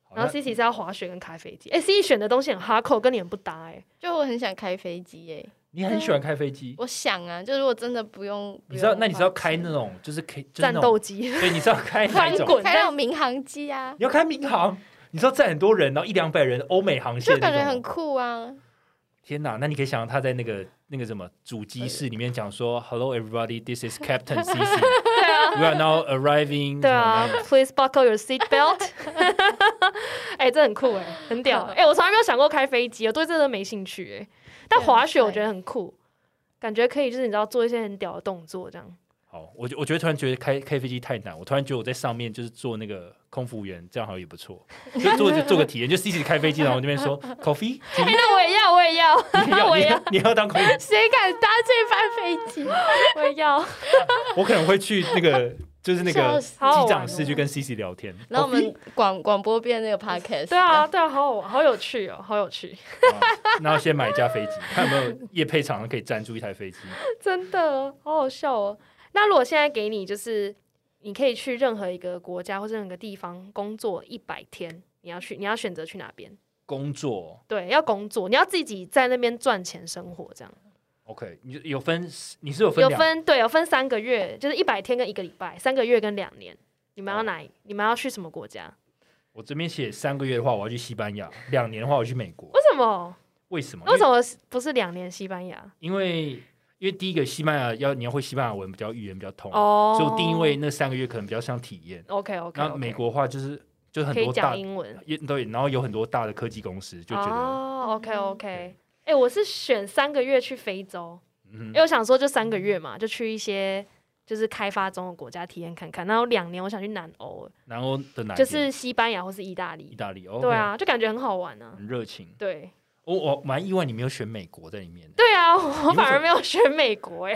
[SPEAKER 3] 好
[SPEAKER 2] 然后
[SPEAKER 3] 那
[SPEAKER 2] C C 是要滑雪跟开飞机，哎，C C 选的东西很哈扣，跟你很不搭哎。
[SPEAKER 1] 就我很想开飞机耶、
[SPEAKER 3] 你很喜欢开飞机，
[SPEAKER 1] 我想啊，就如果真的不用，
[SPEAKER 3] 你知道？
[SPEAKER 1] 不用
[SPEAKER 3] 那你是要
[SPEAKER 1] 花
[SPEAKER 3] 开
[SPEAKER 1] 钱
[SPEAKER 3] 那种就是可以就是
[SPEAKER 2] 战
[SPEAKER 3] 那
[SPEAKER 2] 斗
[SPEAKER 3] 种，
[SPEAKER 2] 机
[SPEAKER 3] 对，你是要开哪
[SPEAKER 2] 翻
[SPEAKER 3] 一种？
[SPEAKER 2] 滚，
[SPEAKER 1] 开那种
[SPEAKER 2] 但
[SPEAKER 1] 民航机啊，
[SPEAKER 3] 你要开民航，你知道载很多人，然后一两百人，欧美航线
[SPEAKER 1] 就感觉
[SPEAKER 3] 那
[SPEAKER 1] 很
[SPEAKER 3] 种。
[SPEAKER 1] 酷啊。
[SPEAKER 3] 天哪，那你可以想象他在那个那个什么主机室里面讲说，Hello everybody, this is Captain C C，we are now arriving，
[SPEAKER 2] 对啊
[SPEAKER 3] 什么
[SPEAKER 2] <laughs> ，Please buckle your seat <laughs> belt。哎、这很酷哎、很屌哎、我从来没有想过开飞机，我对这个没兴趣哎、但
[SPEAKER 1] 对
[SPEAKER 2] 滑
[SPEAKER 1] 很
[SPEAKER 2] 雪我
[SPEAKER 1] 帅
[SPEAKER 2] 觉得很酷，感觉可以就是你知道做一些很屌的动作这样。
[SPEAKER 3] 好，我觉我觉得突然觉得开开飞机太难，我突然觉得我在上面就是做那个空服务员，这样好像也不错，就做做个体验，就 C C 开飞机，然后我那边说 <laughs> coffee，
[SPEAKER 2] <laughs> 哎、那我也要，我也要， <laughs>
[SPEAKER 3] 你要
[SPEAKER 2] 我
[SPEAKER 3] 你
[SPEAKER 2] 也
[SPEAKER 3] 要
[SPEAKER 2] 要，
[SPEAKER 3] 你要当空服，
[SPEAKER 1] 谁敢搭这班飞机？
[SPEAKER 2] <laughs> 我也要。
[SPEAKER 3] 我可能会去那个就是那个
[SPEAKER 1] 笑
[SPEAKER 3] 机
[SPEAKER 1] 死
[SPEAKER 2] 好好玩哦
[SPEAKER 3] 长室去跟 C C 聊天，哦
[SPEAKER 1] 然后我们广广播变那个 podcast，
[SPEAKER 2] 对啊，，对啊，好好玩，好有趣哦，好有趣，
[SPEAKER 3] 然后先买一架飞机，看有没有业配厂商可以赞助一台飞机。
[SPEAKER 2] <laughs> 真的好好笑哦。那如果现在给你，就是你可以去任何一个国家或任何一个地方工作一百天，你要去，你要选择去哪边？
[SPEAKER 3] 工作
[SPEAKER 2] 对，要工作，你要自己在那边赚钱生活，这样
[SPEAKER 3] OK，你有分你是有分
[SPEAKER 2] 有
[SPEAKER 3] 两
[SPEAKER 2] 分对，有分三个月，就是一百天跟一个礼拜，三个月跟两年。你
[SPEAKER 3] 哦
[SPEAKER 2] 们要哪？你们要去什么国家？
[SPEAKER 3] 我这边写三个月的话，我要去西班牙；两年的话，我去美国。
[SPEAKER 2] 为什么？
[SPEAKER 3] 为什么？
[SPEAKER 2] 为什么不是两年西班牙？
[SPEAKER 3] 因为？因为因为第一个西班牙要你要会西班牙文比较语言比较通，
[SPEAKER 2] 哦，
[SPEAKER 3] 所以我定义为那三个月可能比较像体验。
[SPEAKER 2] OK OK，,
[SPEAKER 3] 然后美国的话就是就很
[SPEAKER 2] 可以
[SPEAKER 3] 多大
[SPEAKER 2] 讲英文，
[SPEAKER 3] 也对，然后有很多大的科技公司就觉得，
[SPEAKER 2] 哦，OK
[SPEAKER 1] 嗯
[SPEAKER 2] OK，哎、诶我是选三个月去非洲，
[SPEAKER 3] 嗯
[SPEAKER 2] 因
[SPEAKER 3] 哼，
[SPEAKER 2] 为我想说就三个月嘛，就去一些就是开发中的国家体验看看。然后两年我想去南欧，
[SPEAKER 3] 然后的哪一
[SPEAKER 2] 就
[SPEAKER 3] 边
[SPEAKER 2] 是西班牙或是意大
[SPEAKER 3] 意
[SPEAKER 2] 利，
[SPEAKER 3] 大利哦，嗯
[SPEAKER 2] 对，啊，就感觉很好玩啊。
[SPEAKER 3] 很热情。
[SPEAKER 2] 对 <laughs>
[SPEAKER 3] 我我蛮意外你没有选美国在里面的，
[SPEAKER 2] 对啊，我
[SPEAKER 3] 你为什么
[SPEAKER 2] 反而没有选美国哎、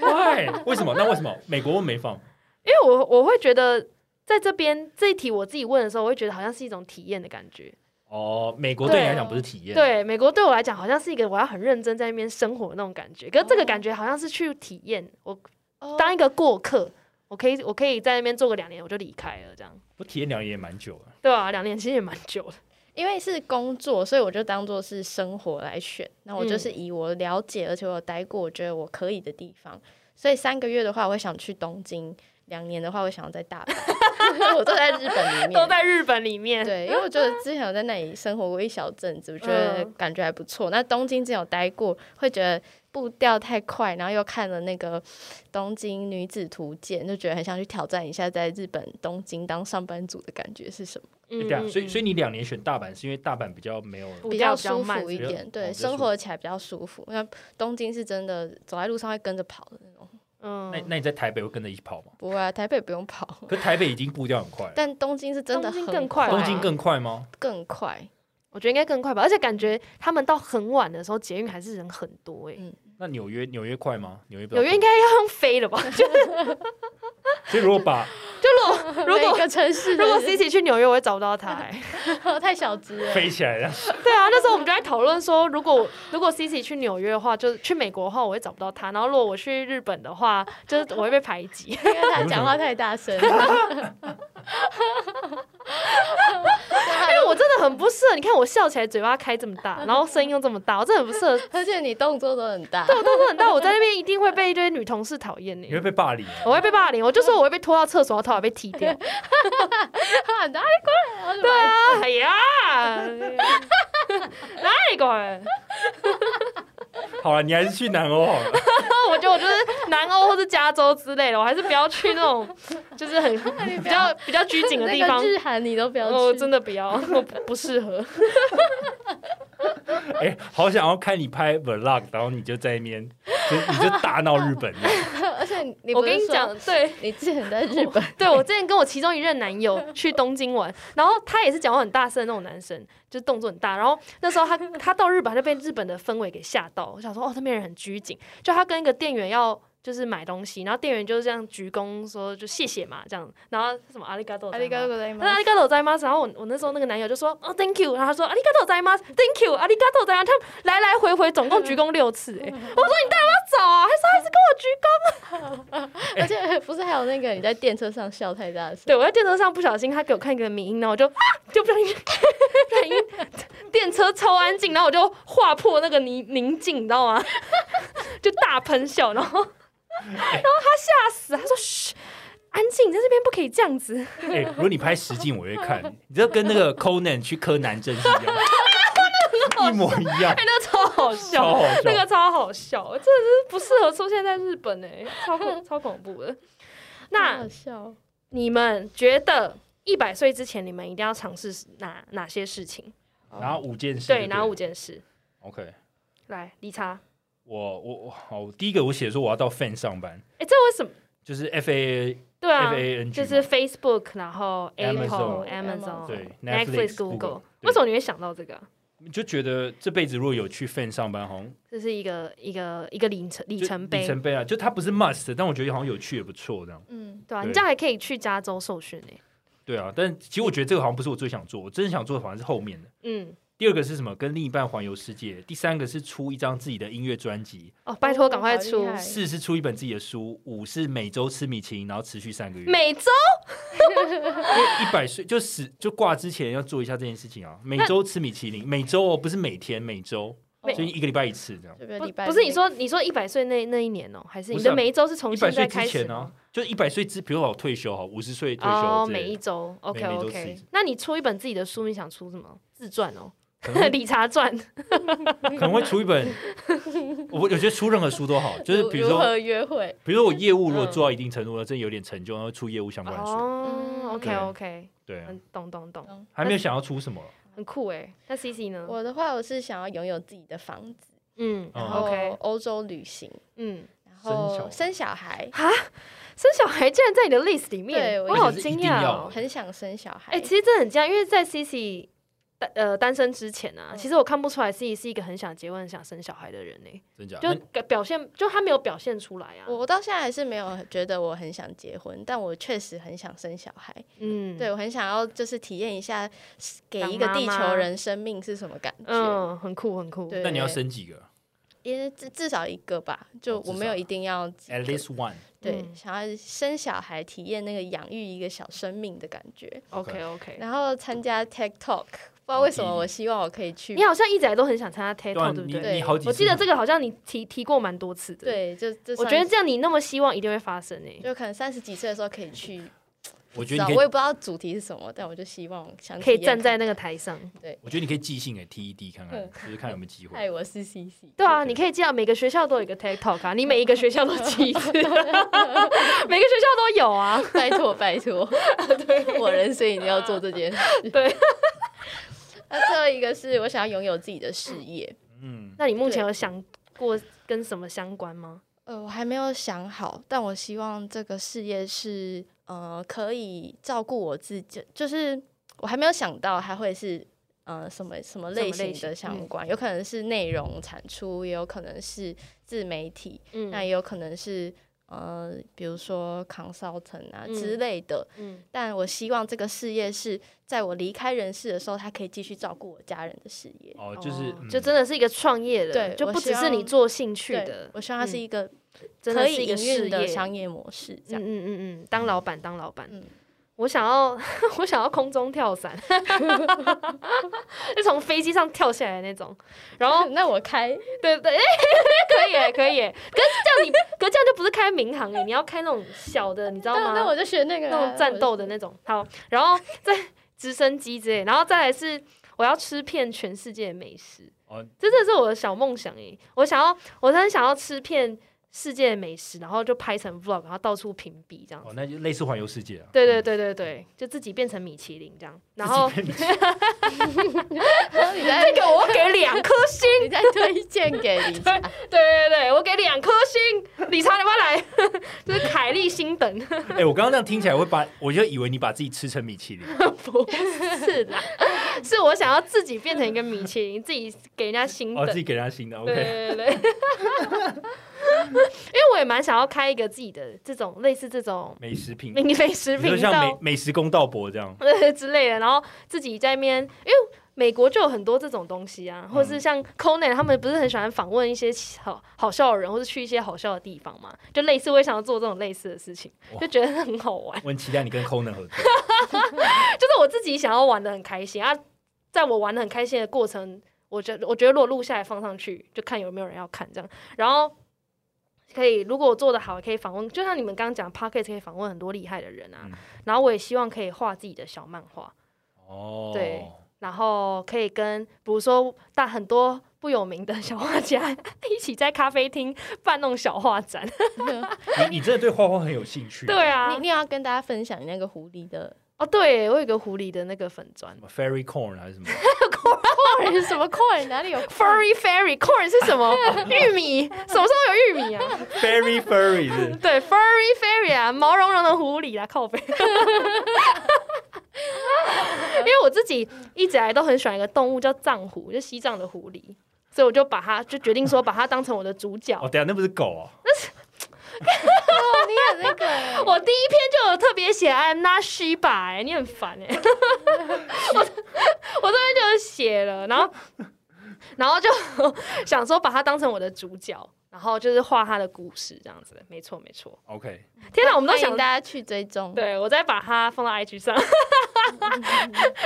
[SPEAKER 3] 对，为什么？那为什么美国我没放？
[SPEAKER 2] <laughs> 因为我我会觉得在这边这一题我自己问的时候，我会觉得好像是一种体验的感觉。
[SPEAKER 3] 哦，美国对你
[SPEAKER 2] 对
[SPEAKER 3] 来讲不是体验，
[SPEAKER 2] 对美国对我来讲，好像是一个我要很认真在那边生活的那种感
[SPEAKER 3] Oh
[SPEAKER 2] 觉。可是这个
[SPEAKER 1] 哦
[SPEAKER 2] 感觉好像是去体验，我
[SPEAKER 1] 哦
[SPEAKER 2] 当一个过客，我可以我可以在那边做个两年，我就离开了，这样
[SPEAKER 3] 我体验两年也蛮久了。
[SPEAKER 2] 对啊，两年其实也蛮久的。
[SPEAKER 1] 因为是工作，所以我就当做是生活来选。那我
[SPEAKER 2] 嗯
[SPEAKER 1] 就是以我了解，而且我有待过，我觉得我可以的地方。所以三个月的话，我会想去东京；两年的话，我想要在大阪。 <laughs> 我都在日本里面，
[SPEAKER 2] <laughs> 都在日本里面，
[SPEAKER 1] 对，因为我觉得之前有在那里生活过一小阵子，我觉得
[SPEAKER 2] 嗯
[SPEAKER 1] 感觉还不错。那东京之前有待过，会觉得步调太快，然后又看了那个《东京女子图鉴》，就觉得很想去挑战一下在日本东京当上班族的感觉是什么，
[SPEAKER 2] 嗯
[SPEAKER 3] 对啊，所以所以你两年选大阪是因为大阪比较没有
[SPEAKER 2] 步
[SPEAKER 1] 比较
[SPEAKER 2] 调比较
[SPEAKER 1] 舒
[SPEAKER 2] 慢
[SPEAKER 1] 服一
[SPEAKER 3] 是不是
[SPEAKER 1] 点，
[SPEAKER 3] 哦
[SPEAKER 1] 对，
[SPEAKER 3] 比较舒
[SPEAKER 1] 生活起来比较舒服。那东京是真的走在路上会跟着跑的那种，
[SPEAKER 2] 嗯
[SPEAKER 3] 那那你在台北会跟着一起跑吗？
[SPEAKER 1] 不会啊，台北不用跑，
[SPEAKER 3] 可台北已经步调很快了，
[SPEAKER 1] 但东京是真的
[SPEAKER 2] 东京
[SPEAKER 1] 很
[SPEAKER 2] 更快啊
[SPEAKER 3] 东京更快吗？
[SPEAKER 1] 更快，
[SPEAKER 2] 我觉得应该更快吧，而且感觉他们到很晚的时候，捷运还是人很多哎、
[SPEAKER 1] 嗯
[SPEAKER 3] 那纽约纽约快吗？纽约比较
[SPEAKER 2] 纽约应
[SPEAKER 3] 快
[SPEAKER 2] 该要用飞了吧？就
[SPEAKER 3] 所以如果把
[SPEAKER 2] <laughs> 如果
[SPEAKER 1] 每一个城市
[SPEAKER 2] <laughs> 如果
[SPEAKER 1] 是
[SPEAKER 2] Cici 去纽约，我会找不到他、欸。
[SPEAKER 1] 太小只了，
[SPEAKER 3] 飞起来了，
[SPEAKER 2] <laughs> 对啊，那时候我们就在讨论说，如果如果 Cici 去纽约的话，就是去美国的话，我会找不到他；然后如果我去日本的话，就是我会被排挤。 <laughs>
[SPEAKER 1] 因为他讲话太大
[SPEAKER 3] <laughs>
[SPEAKER 1] 声了。
[SPEAKER 2] 因为我真的很不适合，你看我笑起来嘴巴开这么大，然后声音又这么大，我真的很不适合。
[SPEAKER 1] 而且你动作都很大，
[SPEAKER 2] 动作很大，我在那边一定会被一堆女同事讨厌
[SPEAKER 3] 你会
[SPEAKER 2] 的。
[SPEAKER 3] 被霸凌。
[SPEAKER 2] 我会被霸凌，我就说我会被拖到厕所，然后头发被踢掉。
[SPEAKER 1] 他很大，哎过来，对啊，
[SPEAKER 2] <laughs> 哎呀，哪里 <laughs> 过来？
[SPEAKER 3] 好了，你还是去南欧好了。
[SPEAKER 2] 我觉得我就是南欧或是加州之类的，我还是不要去那种就是很比较 <laughs> 比较拘谨的地
[SPEAKER 1] 哎那
[SPEAKER 2] 方
[SPEAKER 1] 个。日韩你都不要去，
[SPEAKER 2] 哦，真的不要，我不不适合。
[SPEAKER 3] 哎、好想要看你拍 vlog，然后你就在那边，就你就大闹日本这样
[SPEAKER 1] 而且你
[SPEAKER 2] 我跟你，讲，哦对
[SPEAKER 1] 你之前在日本，
[SPEAKER 2] 对，我之前跟我其中一任男
[SPEAKER 1] <laughs>
[SPEAKER 2] 友去东京玩，然后他也是讲话很大声的那种男生，就是动作很大。然后那时候他他到日本，他就被日本的氛围给吓到。我想说，哦，那边人很拘谨，就他跟一个店员要。就是买东西，然后店员就是这样鞠躬说就谢谢嘛，这样，然后什么阿里嘎多，
[SPEAKER 1] ござい
[SPEAKER 2] 那阿。里嘎多在吗？然后我我那时候那个男友就说哦，thank you，然后他说阿里嘎多在吗？thank you，阿里嘎多在吗？他们来来回回总共鞠躬六次、哎，我说你到底要不要走啊？他说还是跟我鞠躬。
[SPEAKER 1] 而且不是还有那个你在电车上笑太大声，
[SPEAKER 2] 对我在电车上不小心，他给我看一个名音，然后我就、啊、 <laughs> 就不小心不小心 <laughs> 电车超安静，然后我就划破那个宁宁静，你知道吗？ <laughs> 就大喷笑，然后然后他吓死，他说嘘。安静，在这边不可以这样子。 <laughs>
[SPEAKER 3] <laughs> 哎、如果你拍实景，我会看。
[SPEAKER 2] <laughs>
[SPEAKER 3] 你这跟那个 Conan 去柯南真是一样，一模一样
[SPEAKER 2] 哎、。那个超好好
[SPEAKER 3] 超
[SPEAKER 2] 笑
[SPEAKER 3] 好，笑。
[SPEAKER 2] 那个超好笑，真的是不适合出现在日本哎、
[SPEAKER 1] <laughs>
[SPEAKER 2] 超恐超恐怖的。
[SPEAKER 1] 好
[SPEAKER 2] 那
[SPEAKER 1] 好笑。
[SPEAKER 2] 你们觉得一百岁之前，你们一定要尝试哪哪些事情？
[SPEAKER 3] 然后五件事就
[SPEAKER 2] 对，
[SPEAKER 3] 对，
[SPEAKER 2] 哪五件事？
[SPEAKER 3] OK，
[SPEAKER 2] 来，理查，
[SPEAKER 3] 我我我好，我第一个我写说我要到 Fan 上班，
[SPEAKER 2] 哎、这为什么？
[SPEAKER 3] 就是 F A
[SPEAKER 2] 对啊
[SPEAKER 3] F，A N
[SPEAKER 2] 就
[SPEAKER 3] G，
[SPEAKER 2] 是 Facebook，然后 Apple、
[SPEAKER 3] Amazon
[SPEAKER 2] Amazon、
[SPEAKER 3] 对
[SPEAKER 2] Netflix、
[SPEAKER 3] Google，
[SPEAKER 2] Google，
[SPEAKER 3] 对
[SPEAKER 2] 为什么你会想到这个啊？
[SPEAKER 3] 就觉得这辈子如果有去 Fan 上班，好像
[SPEAKER 2] 这是一个一个一个里程里
[SPEAKER 3] 就
[SPEAKER 2] 程
[SPEAKER 3] 里
[SPEAKER 2] 碑，
[SPEAKER 3] 程碑啊，就它不是 must，但我觉得好像有趣也不错这样。
[SPEAKER 1] 嗯，
[SPEAKER 2] 对啊，
[SPEAKER 3] 对
[SPEAKER 2] 你这样还可以去加州受训呢、欸
[SPEAKER 3] 对啊，但其实我觉得这个好像不是我最想做，我真正想做的反而是后面的。
[SPEAKER 2] 嗯，
[SPEAKER 3] 第二个是什么？跟另一半环游世界。第三个是出一张自己的音乐专辑。
[SPEAKER 2] 哦，拜托
[SPEAKER 1] 哦
[SPEAKER 2] 赶快
[SPEAKER 1] 好厉
[SPEAKER 2] 出，
[SPEAKER 1] 害
[SPEAKER 3] 四是出一本自己的书。五是每周吃米其林，然后持续三个月。
[SPEAKER 2] 每周
[SPEAKER 3] 一百岁就死就挂之前要做一下这件事情啊。每周吃米其林，每周哦，不是每天，每周，
[SPEAKER 1] 每
[SPEAKER 3] 所以一个礼拜一次这样。
[SPEAKER 1] 这个
[SPEAKER 2] 不
[SPEAKER 1] 礼拜
[SPEAKER 2] 不是你
[SPEAKER 1] 内
[SPEAKER 2] 说你说一百岁那那一年哦、还是
[SPEAKER 3] 不
[SPEAKER 2] 你
[SPEAKER 3] 是啊
[SPEAKER 2] 的每一周是从
[SPEAKER 3] 一
[SPEAKER 2] 现
[SPEAKER 3] 百岁
[SPEAKER 2] 在
[SPEAKER 3] 之
[SPEAKER 2] 开始
[SPEAKER 3] 前
[SPEAKER 2] 吗
[SPEAKER 3] 呢？，就是一百岁之，比如说我退休哈，五十岁退休
[SPEAKER 2] 哦，
[SPEAKER 3] 之
[SPEAKER 2] 每
[SPEAKER 3] 类
[SPEAKER 2] 一
[SPEAKER 3] 的，
[SPEAKER 2] 周，OK
[SPEAKER 3] 每周吃一
[SPEAKER 2] OK
[SPEAKER 3] 次。
[SPEAKER 2] 那你出一本自己的书，你想出什么？自传哦，
[SPEAKER 3] 可能
[SPEAKER 2] <laughs> 理查传，
[SPEAKER 3] 可能会出一本。我我觉得出任何书都好，就是比如
[SPEAKER 1] 如
[SPEAKER 3] 说
[SPEAKER 1] 何约会，
[SPEAKER 3] 比如说我业务如果做到一定程度了，真的有点成就，然后出业务相关的书。
[SPEAKER 2] 嗯哦
[SPEAKER 1] 嗯
[SPEAKER 2] ，OK OK，
[SPEAKER 3] 对啊，
[SPEAKER 2] 嗯，懂懂懂，
[SPEAKER 3] 还没有想要出什么。
[SPEAKER 2] 很酷哎。那 CC 呢？
[SPEAKER 1] 我的话我是想要拥有自己的房子，
[SPEAKER 2] 嗯
[SPEAKER 3] 哦
[SPEAKER 1] 然后
[SPEAKER 2] OK
[SPEAKER 1] 欧洲旅行，
[SPEAKER 2] 嗯，
[SPEAKER 1] 然
[SPEAKER 3] 生小
[SPEAKER 1] 后
[SPEAKER 3] 孩
[SPEAKER 1] 生小孩，
[SPEAKER 2] 生小孩竟然在你的 list 里面
[SPEAKER 1] 对，
[SPEAKER 2] 我
[SPEAKER 1] 我
[SPEAKER 2] 好
[SPEAKER 3] 也是一
[SPEAKER 2] 惊
[SPEAKER 3] 定
[SPEAKER 2] 讶
[SPEAKER 3] 要欸
[SPEAKER 2] 哦
[SPEAKER 3] 的。
[SPEAKER 1] 很想生小孩。
[SPEAKER 2] 哎，其实真的很惊讶，因为在 CC 单呃单身之前啊，其实我看不出来 CC 是一个很想结婚、很想生小孩的人呢，
[SPEAKER 3] 真假？
[SPEAKER 2] 就
[SPEAKER 3] 啊
[SPEAKER 2] 表
[SPEAKER 3] 那
[SPEAKER 2] 表现就他没有表现出来啊。
[SPEAKER 1] 我我到现在还是没有觉得我很想结婚，但我确实很想生小孩。
[SPEAKER 2] 嗯，
[SPEAKER 1] 对我很想要就是体验一下给
[SPEAKER 2] 当
[SPEAKER 1] 一个
[SPEAKER 2] 妈
[SPEAKER 1] 地球
[SPEAKER 2] 妈
[SPEAKER 1] 人生命是什么感觉。
[SPEAKER 2] 嗯，很酷很酷。
[SPEAKER 1] 对，
[SPEAKER 3] 那你要，生几个
[SPEAKER 1] 因为至至少一个吧，就
[SPEAKER 3] 哦
[SPEAKER 1] 我
[SPEAKER 3] 至
[SPEAKER 1] 没有
[SPEAKER 3] 少
[SPEAKER 1] 一定要几
[SPEAKER 3] ？At
[SPEAKER 1] 个
[SPEAKER 3] least one。
[SPEAKER 1] 对，
[SPEAKER 2] 嗯
[SPEAKER 1] 想要生小孩，体验那个养育一个小生命的感觉。
[SPEAKER 2] OK OK。
[SPEAKER 1] 然后参加 Tech Talk，不知
[SPEAKER 3] 哦
[SPEAKER 1] 道为什
[SPEAKER 3] 嗯
[SPEAKER 1] 么我希望我可以去
[SPEAKER 2] 你。好像一直以来都很想参加 TED
[SPEAKER 3] 对啊，
[SPEAKER 2] Talk，对不
[SPEAKER 3] 你
[SPEAKER 2] 对？
[SPEAKER 3] 你好几次，
[SPEAKER 2] 我记得这个好像你提提过蛮多次的。，
[SPEAKER 1] 对，就就
[SPEAKER 2] 我
[SPEAKER 1] 算
[SPEAKER 2] 觉得这样你那么希望一定会发生欸诶、
[SPEAKER 1] 就可能三十几岁的时候可以去，
[SPEAKER 3] 我
[SPEAKER 1] 知
[SPEAKER 3] 觉得
[SPEAKER 1] 道
[SPEAKER 3] 你
[SPEAKER 1] 我
[SPEAKER 3] 可以
[SPEAKER 1] 也，不知道主题是什么，但我就希望想
[SPEAKER 2] 可以
[SPEAKER 1] 体验
[SPEAKER 2] 站在那个台上。
[SPEAKER 3] 我觉得你可以欸寄信给 TED E 看看，就是看有没有机
[SPEAKER 1] 看爱
[SPEAKER 3] 会。
[SPEAKER 1] 我是 CC，
[SPEAKER 2] 对啊，你可以这样，每个学校都有一个 TED Talk 啊，你每一个学校都去一
[SPEAKER 1] <laughs>
[SPEAKER 2] 次，每个学校都有啊。
[SPEAKER 1] 拜托拜 <laughs> 托，我人生一定要做这件 <laughs> 事。
[SPEAKER 2] 对，
[SPEAKER 1] 那最后一个是我想要拥有自己的事业，
[SPEAKER 3] 嗯，
[SPEAKER 2] 那你目前有想过跟什么相关吗？
[SPEAKER 1] 呃，我还没有想好，但我希望这个事业是呃可以照顾我自己，就是我还没有想到它会是呃什么什么类
[SPEAKER 2] 什
[SPEAKER 1] 型
[SPEAKER 2] 么类型嗯
[SPEAKER 1] 的相关，有可能是内容产出，也有可能是自媒体，
[SPEAKER 2] 嗯
[SPEAKER 1] 那也有可能是呃比如说 consultant 啊
[SPEAKER 2] 嗯
[SPEAKER 1] 之类的。
[SPEAKER 2] 嗯，
[SPEAKER 1] 但我希望这个事业是在我离开人世的时候，它可以继续照顾我家人的事业。
[SPEAKER 3] 哦，就是
[SPEAKER 2] 哦
[SPEAKER 3] 嗯
[SPEAKER 2] 就真的是一个创业的，
[SPEAKER 1] 对
[SPEAKER 2] 就
[SPEAKER 1] 我
[SPEAKER 2] 不只
[SPEAKER 1] 希
[SPEAKER 2] 是你
[SPEAKER 1] 望
[SPEAKER 2] 做兴趣
[SPEAKER 1] 对
[SPEAKER 2] 的，
[SPEAKER 1] 我希望它是
[SPEAKER 2] 嗯
[SPEAKER 1] 一个
[SPEAKER 2] 真的
[SPEAKER 1] 可
[SPEAKER 2] 是
[SPEAKER 1] 以
[SPEAKER 2] 一个
[SPEAKER 1] 营
[SPEAKER 2] 事
[SPEAKER 1] 运的
[SPEAKER 2] 业。
[SPEAKER 1] 商业模式，这
[SPEAKER 2] 嗯
[SPEAKER 1] 样。
[SPEAKER 2] 嗯嗯嗯，当老板当老板，
[SPEAKER 1] 嗯
[SPEAKER 2] 我想要 <laughs> 我想要空中跳伞， <laughs> 就从飞机上跳下来那种。
[SPEAKER 1] <laughs>
[SPEAKER 2] 然后
[SPEAKER 1] 那我开
[SPEAKER 2] 对 <laughs> 对，哎、可以耶可以耶，可是这样你，可是这样就不是开民航哎，你要开那种小的，你知道
[SPEAKER 1] 那
[SPEAKER 2] 吗？
[SPEAKER 1] 那我就学那个啊
[SPEAKER 2] 那种战斗的那种。好，然后再 <laughs> 直升机之类，然后再来是我要吃遍全世界的美食，
[SPEAKER 3] 哦
[SPEAKER 2] 这真的是我的小梦想诶！我想要，我真的想要吃遍世界的美食，然后就拍成 vlog，然后到处评比这样
[SPEAKER 3] 哦，
[SPEAKER 2] 子。
[SPEAKER 3] 那就类似环游世界啊。
[SPEAKER 2] 对对对对对，就自己变成米其林这样，然后 <laughs>
[SPEAKER 3] <laughs> 自己变
[SPEAKER 1] <laughs> 你在
[SPEAKER 2] 这个我给两颗
[SPEAKER 3] <laughs>
[SPEAKER 2] 星，
[SPEAKER 1] 你在推荐给 <laughs> 你，
[SPEAKER 2] 对对对，我给两颗星，理查你不要来， <laughs> 就是凯利星
[SPEAKER 3] <laughs>
[SPEAKER 2] 等，
[SPEAKER 3] 哎、我刚刚这样听起来，我会把我就以为你把自己吃成米其
[SPEAKER 2] <laughs>
[SPEAKER 3] 林，
[SPEAKER 2] 不是啦，是我想要自己变成一个米其林，自己给人家星
[SPEAKER 3] 哦，
[SPEAKER 2] 等，
[SPEAKER 3] 自己给他新的
[SPEAKER 2] 对对
[SPEAKER 3] ，OK，
[SPEAKER 2] 对对，因
[SPEAKER 3] <laughs>
[SPEAKER 2] 为我也蛮想要开一个自己的这种类似这种
[SPEAKER 3] 美食品，
[SPEAKER 2] 民非食
[SPEAKER 3] 比如
[SPEAKER 2] 频
[SPEAKER 3] 像
[SPEAKER 2] 道
[SPEAKER 3] 美，美食公道博这样，
[SPEAKER 2] 对 <laughs> 之类的，然后自己在那边，因为美国就有很多这种东西啊，或
[SPEAKER 3] 嗯
[SPEAKER 2] 是像 Conan 他们不是很喜欢访问一些好好笑的人，或是去一些好笑的地方嘛，就类似我也想要做这种类似的事情，
[SPEAKER 3] 哇
[SPEAKER 2] 就觉得很好玩， <laughs>
[SPEAKER 3] 我很期待你跟 Conan 合作。
[SPEAKER 2] 就是我自己想要玩的很开心啊，在我玩的很开心的过程，我觉得我觉得如果录下来放上去，就看有没有人要看这样，然后。可以，如果我做的好，可以访问，就像你们刚刚讲 p o c k e t 可以访问很多厉害的人啊。
[SPEAKER 3] 嗯
[SPEAKER 2] 然后我也希望可以画自己的小漫画，
[SPEAKER 3] 哦，
[SPEAKER 2] 对然后可以跟比如说大很多不有名的小画家 <laughs> 一起在咖啡厅办弄小画展。
[SPEAKER 3] 你你真的对画画很有兴趣？
[SPEAKER 2] <laughs> 对啊
[SPEAKER 1] 你，你要跟大家分享你那个狐狸的
[SPEAKER 2] 哦对，我有一个狐狸的那个粉砖
[SPEAKER 3] 什么 fairy corn 啊还是什么？ <laughs>
[SPEAKER 1] c o r 哦什么 c o r 哪里有 c o
[SPEAKER 2] <laughs> ，furry fairy corn 是什 <laughs> 么？玉米？什么时候有 <laughs> 玉米啊？
[SPEAKER 3] Fairy furry 是
[SPEAKER 2] 对，furry fairy 啊，毛茸茸的狐狸啦， <laughs> 靠背。因为我自己一直以来都很喜欢一个动物叫藏狐，就西藏的狐狸，所以我就把它就决定说把它当成我的主角。
[SPEAKER 3] 哦，等一下那不是狗哦，
[SPEAKER 1] 你有那个
[SPEAKER 2] <laughs> 我第一篇就有特别写哎 I'm not Shiba，、欸、你很烦 <laughs> 哎、我我这边就有写了，然后然后就想说把它当成我的主角，然后就是画它的故事这样子，没错没错。
[SPEAKER 3] OK，
[SPEAKER 2] 天哪，我们都
[SPEAKER 1] 欢
[SPEAKER 2] 想
[SPEAKER 1] 迎大家去追踪。
[SPEAKER 2] 对，我再把它放到 IG <laughs> 上，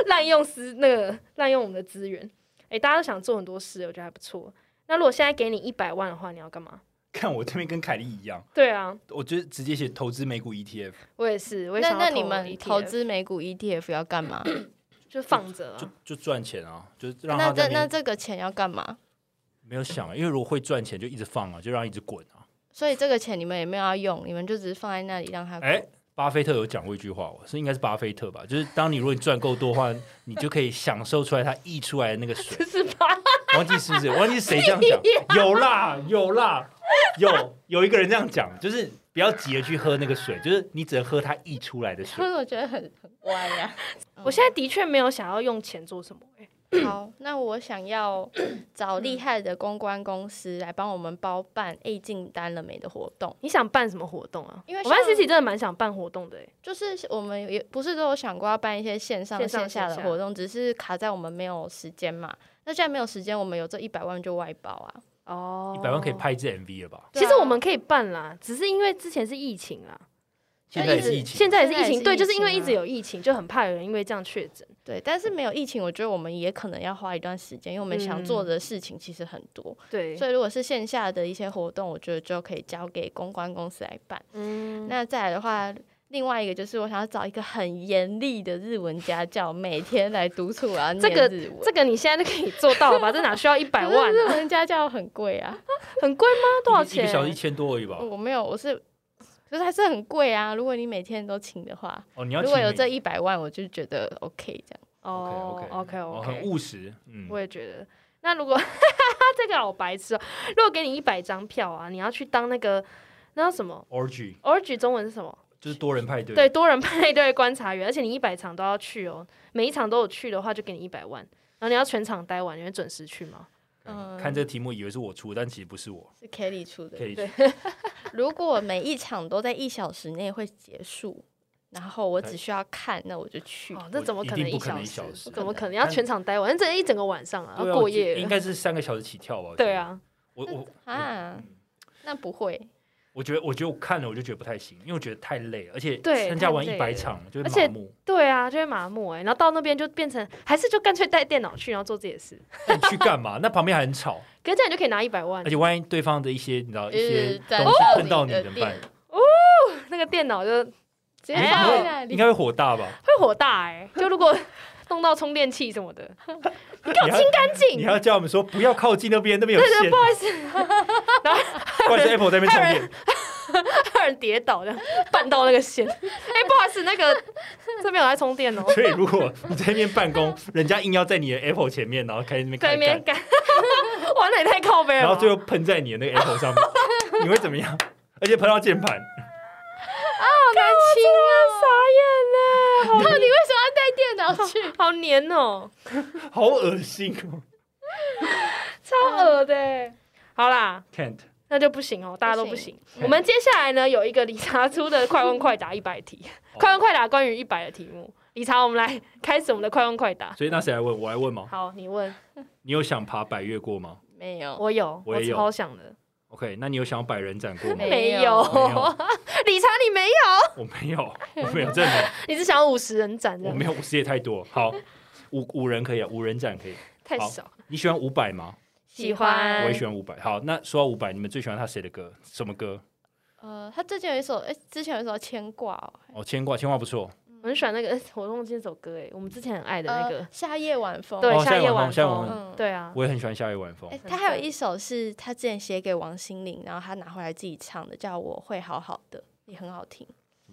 [SPEAKER 2] 滥用私那个滥用我们的资源。哎、大家都想做很多事，我觉得还不错。那如果现在给你一百万的话，你要干嘛？
[SPEAKER 3] 看我这边跟凯莉一样，
[SPEAKER 2] 对啊，
[SPEAKER 3] 我就直接写投资美股 E ETF，
[SPEAKER 2] 我也是，我也
[SPEAKER 1] 那
[SPEAKER 2] 想要
[SPEAKER 1] 那你
[SPEAKER 2] 投
[SPEAKER 1] 们
[SPEAKER 2] ETF
[SPEAKER 1] 投资美股 ETF 要干嘛？
[SPEAKER 2] 就放着啊
[SPEAKER 3] 就就赚钱啊，就让
[SPEAKER 1] 那
[SPEAKER 3] 它
[SPEAKER 1] 这
[SPEAKER 3] 在
[SPEAKER 1] 那
[SPEAKER 3] 那边
[SPEAKER 1] 这个钱要干嘛？
[SPEAKER 3] 没有想啊，因为如果会赚钱就一直放啊，就让它一直滚啊。
[SPEAKER 1] 所以这个钱你们也没有要用，你们就只是放在那里让它
[SPEAKER 3] 哎，巴菲特有讲过一句话，我是应该是巴菲特吧，就是当你如果你赚够多的话， <laughs> 你就可以享受出来它溢出来的那个
[SPEAKER 1] <laughs>
[SPEAKER 3] 水，
[SPEAKER 2] 是吧？
[SPEAKER 3] 忘记是不是？忘记谁这样讲？有啦，有啦，有有一个人这样讲，就是不要急着去喝那个水，就是你只能喝它溢出来的
[SPEAKER 1] 可
[SPEAKER 3] 水。
[SPEAKER 1] 是我觉得很很歪呀、
[SPEAKER 2] 我现在的确没有想要用钱做什么、欸，
[SPEAKER 1] 在好， <clears throat> 那我想要找厉害的公关公司来帮我们包办 A 进单了没的活动，
[SPEAKER 2] 你想办什么活动啊？
[SPEAKER 1] 因为
[SPEAKER 2] 我发现
[SPEAKER 1] 像
[SPEAKER 2] c c 真的蛮想办活动的、欸，
[SPEAKER 1] 就是我们也不是都有想过要办一些线上
[SPEAKER 2] 线上
[SPEAKER 1] 线下的
[SPEAKER 2] 线下
[SPEAKER 1] 活动，只是卡在我们没有时间嘛。那既然没有时间，我们有这一百万就外包啊。
[SPEAKER 2] 哦啊
[SPEAKER 3] 一百万可以。拍一支 MV 了吧？
[SPEAKER 2] 其实我们可以办啦，只是因为之前是疫情啦，
[SPEAKER 3] 现在也是疫情，
[SPEAKER 2] 现在也是
[SPEAKER 1] 现
[SPEAKER 2] 疫
[SPEAKER 1] 在也
[SPEAKER 2] 情，
[SPEAKER 1] 是
[SPEAKER 2] 对，
[SPEAKER 1] 疫
[SPEAKER 2] 就是因为
[SPEAKER 1] 情
[SPEAKER 2] 一
[SPEAKER 1] 啊
[SPEAKER 2] 直有疫情，就很怕有人因为这样确诊。
[SPEAKER 1] 对，但是没有疫情，我觉得我们也可能要花一段时间，因为我们想
[SPEAKER 2] 嗯
[SPEAKER 1] 做的事情其实很多。
[SPEAKER 2] 对，
[SPEAKER 1] 所以如果是线下的一些活动，我觉得就可以交给公关公司来办。
[SPEAKER 2] 嗯，
[SPEAKER 1] 那再来的话，另外一个就是我想要找一个很严厉的日文家教，每天来督促我要念
[SPEAKER 2] 这个
[SPEAKER 1] 日文。
[SPEAKER 2] 这个你现在就可以做到了吧？这哪需要一百
[SPEAKER 1] 可
[SPEAKER 2] 万、
[SPEAKER 1] 是日
[SPEAKER 2] 啊？
[SPEAKER 1] 文家教很贵啊，
[SPEAKER 2] 很贵吗？多少
[SPEAKER 3] 一个小时
[SPEAKER 2] 钱
[SPEAKER 3] 一？千多而已吧？
[SPEAKER 1] 哦我没有，我是，可是还是很贵啊。如果你每天都请的话，
[SPEAKER 3] 哦，你要
[SPEAKER 1] 如果
[SPEAKER 3] 请
[SPEAKER 1] 有
[SPEAKER 3] 你
[SPEAKER 1] 这一百万，我就觉得 OK 这样。
[SPEAKER 2] 哦
[SPEAKER 3] OK 哦很
[SPEAKER 2] OK，
[SPEAKER 3] 务实，嗯
[SPEAKER 2] 我，也觉得。那如果 <laughs> 这个好白痴哦，如果给你一百张票啊，你要去当那个那叫什么
[SPEAKER 3] orgy
[SPEAKER 2] ？orgy 中文是什么？
[SPEAKER 3] 就是多人派对，
[SPEAKER 2] 对，多人派对观察员，而且你一百场都要去哦，每一场都有去的话，就给你一百万。然后你要全场待完，你会准时去吗？
[SPEAKER 3] 嗯，
[SPEAKER 1] 嗯
[SPEAKER 3] 看这个题目以为是我出，但其实不是我，
[SPEAKER 1] 是 Kelly 出的
[SPEAKER 3] 可。以
[SPEAKER 2] 对
[SPEAKER 1] 如果每一场都在一小时内会结束，然后我
[SPEAKER 3] 对
[SPEAKER 1] 只需要看，那我就去。
[SPEAKER 2] 哦，那
[SPEAKER 3] 我
[SPEAKER 2] 怎么
[SPEAKER 3] 一
[SPEAKER 2] 可
[SPEAKER 3] 定
[SPEAKER 2] 能
[SPEAKER 3] 不
[SPEAKER 2] 一
[SPEAKER 3] 可能
[SPEAKER 2] 小
[SPEAKER 3] 一
[SPEAKER 2] 时
[SPEAKER 3] 小？时
[SPEAKER 2] 怎么可能
[SPEAKER 3] 但
[SPEAKER 2] 要全场待完？那整一整个晚上啊，
[SPEAKER 3] 对
[SPEAKER 2] 要
[SPEAKER 3] 啊
[SPEAKER 2] 过
[SPEAKER 3] 我记
[SPEAKER 2] 夜
[SPEAKER 3] 应
[SPEAKER 2] 了。
[SPEAKER 3] 该是三个小时起跳吧？我觉得
[SPEAKER 2] 对，啊，
[SPEAKER 3] 我我
[SPEAKER 1] 啊，那不会。
[SPEAKER 3] 我觉得我觉得我看了我就觉得不太行，因为我觉得太累了，而且
[SPEAKER 2] 对
[SPEAKER 3] 参加完
[SPEAKER 2] 太累
[SPEAKER 3] 一百
[SPEAKER 2] 了
[SPEAKER 3] 场就会
[SPEAKER 2] 而且
[SPEAKER 3] 麻木。
[SPEAKER 2] 对啊，就会麻木哎、然后到那边就变成，还是就干脆带电脑去，然后做自己的事。
[SPEAKER 3] 那你去干嘛？那旁边还很吵，
[SPEAKER 2] 可是这样你就可以拿一百万
[SPEAKER 3] 而，且万一对方的一些你知道一些
[SPEAKER 1] 就是
[SPEAKER 3] 东
[SPEAKER 1] 沾
[SPEAKER 3] 西
[SPEAKER 1] 到
[SPEAKER 3] 碰到你
[SPEAKER 1] 你的
[SPEAKER 3] 怎么办？
[SPEAKER 2] 那个电脑就直接
[SPEAKER 1] 哎
[SPEAKER 2] 放
[SPEAKER 1] 呀
[SPEAKER 2] 回
[SPEAKER 1] 哎呀
[SPEAKER 2] 来
[SPEAKER 1] 你
[SPEAKER 3] 应该会火大吧？
[SPEAKER 2] 会火大哎、就如
[SPEAKER 3] <laughs>
[SPEAKER 2] 果弄到充电器什么的，
[SPEAKER 3] 你给我
[SPEAKER 2] 清干净
[SPEAKER 3] 你还要叫我们说不要靠近那边，那边有
[SPEAKER 2] 对对，
[SPEAKER 3] 线
[SPEAKER 2] 不，好意思，
[SPEAKER 3] 不好意思，Apple 在那边充
[SPEAKER 2] 还有
[SPEAKER 3] 电。
[SPEAKER 2] 让人跌倒这样绊到那个线。哎、 <laughs> 不好意思，那个这边有在充电哦、
[SPEAKER 3] <laughs> 所以如果你在那边办公，人家硬要在你的 Apple 前面，然后开那边
[SPEAKER 2] 在
[SPEAKER 3] 开
[SPEAKER 2] 那边
[SPEAKER 3] 干，
[SPEAKER 2] 干， <laughs> 玩的也太靠背了吧。
[SPEAKER 3] 然后最后喷在你的那个 Apple 上面，
[SPEAKER 2] <laughs>
[SPEAKER 3] 你会怎么样？而且喷到键盘，
[SPEAKER 2] 好难亲啊， <laughs> 傻
[SPEAKER 1] 到
[SPEAKER 2] 眼嘞、
[SPEAKER 1] 啊底为什么要带电脑去？
[SPEAKER 2] <laughs> 好好黏哦、
[SPEAKER 3] 好恶心哦
[SPEAKER 2] 超恶的欸。好啦，
[SPEAKER 3] ！Can't，
[SPEAKER 2] 那就不行哦，大家都不
[SPEAKER 1] 不
[SPEAKER 2] 行
[SPEAKER 1] 行。
[SPEAKER 2] 我们接下来呢有一个理查出的快问快答一百
[SPEAKER 3] <laughs>
[SPEAKER 2] 题，
[SPEAKER 3] 哦
[SPEAKER 2] 快问快答关于一百的题目。理查，我们来开始我们的快问快答。
[SPEAKER 3] 所以那谁来问？我来问吗？
[SPEAKER 2] 好，你问，
[SPEAKER 3] 你有想爬百越过吗
[SPEAKER 1] 没有，
[SPEAKER 2] 我有，
[SPEAKER 3] 我也有
[SPEAKER 2] 超想的，
[SPEAKER 3] ？OK，那你有想百人斩过吗？
[SPEAKER 1] 没有
[SPEAKER 2] 有
[SPEAKER 3] 没有，
[SPEAKER 2] <laughs> 理查你没有，
[SPEAKER 3] 我没有，
[SPEAKER 2] <laughs>
[SPEAKER 3] 我没有，真的没有
[SPEAKER 2] 你只想五十人斩，
[SPEAKER 3] 我没有，五十也太多。好，五五人可以，啊，五人斩可以。
[SPEAKER 2] 太
[SPEAKER 3] 好
[SPEAKER 2] 少。
[SPEAKER 3] 你喜欢伍佰吗？
[SPEAKER 2] 喜欢
[SPEAKER 3] 我也喜欢伍佰。好，那说到伍佰，你们最喜欢他谁的歌？什么歌？
[SPEAKER 1] 呃，他之前有一首，哎、之前有一首《牵挂》哦，
[SPEAKER 3] 哦，牵挂，牵挂不错。
[SPEAKER 2] 我很喜欢那个，哎我忘记那首歌哎，我们之前很爱的那个
[SPEAKER 1] 呃，夏夜晚风，
[SPEAKER 2] 对
[SPEAKER 3] 哦，
[SPEAKER 2] 夏夜
[SPEAKER 3] 晚
[SPEAKER 2] 晚
[SPEAKER 3] 夏夜
[SPEAKER 2] 风
[SPEAKER 3] 晚风，
[SPEAKER 1] 嗯，
[SPEAKER 2] 对啊，
[SPEAKER 3] 我也很喜欢夏夜晚风
[SPEAKER 1] 哎、。
[SPEAKER 2] 很
[SPEAKER 1] 他还有
[SPEAKER 2] 赞
[SPEAKER 1] 一首是他之前写给王心凌，然后他拿回来自己唱的，叫《我会好好的》，也很好听，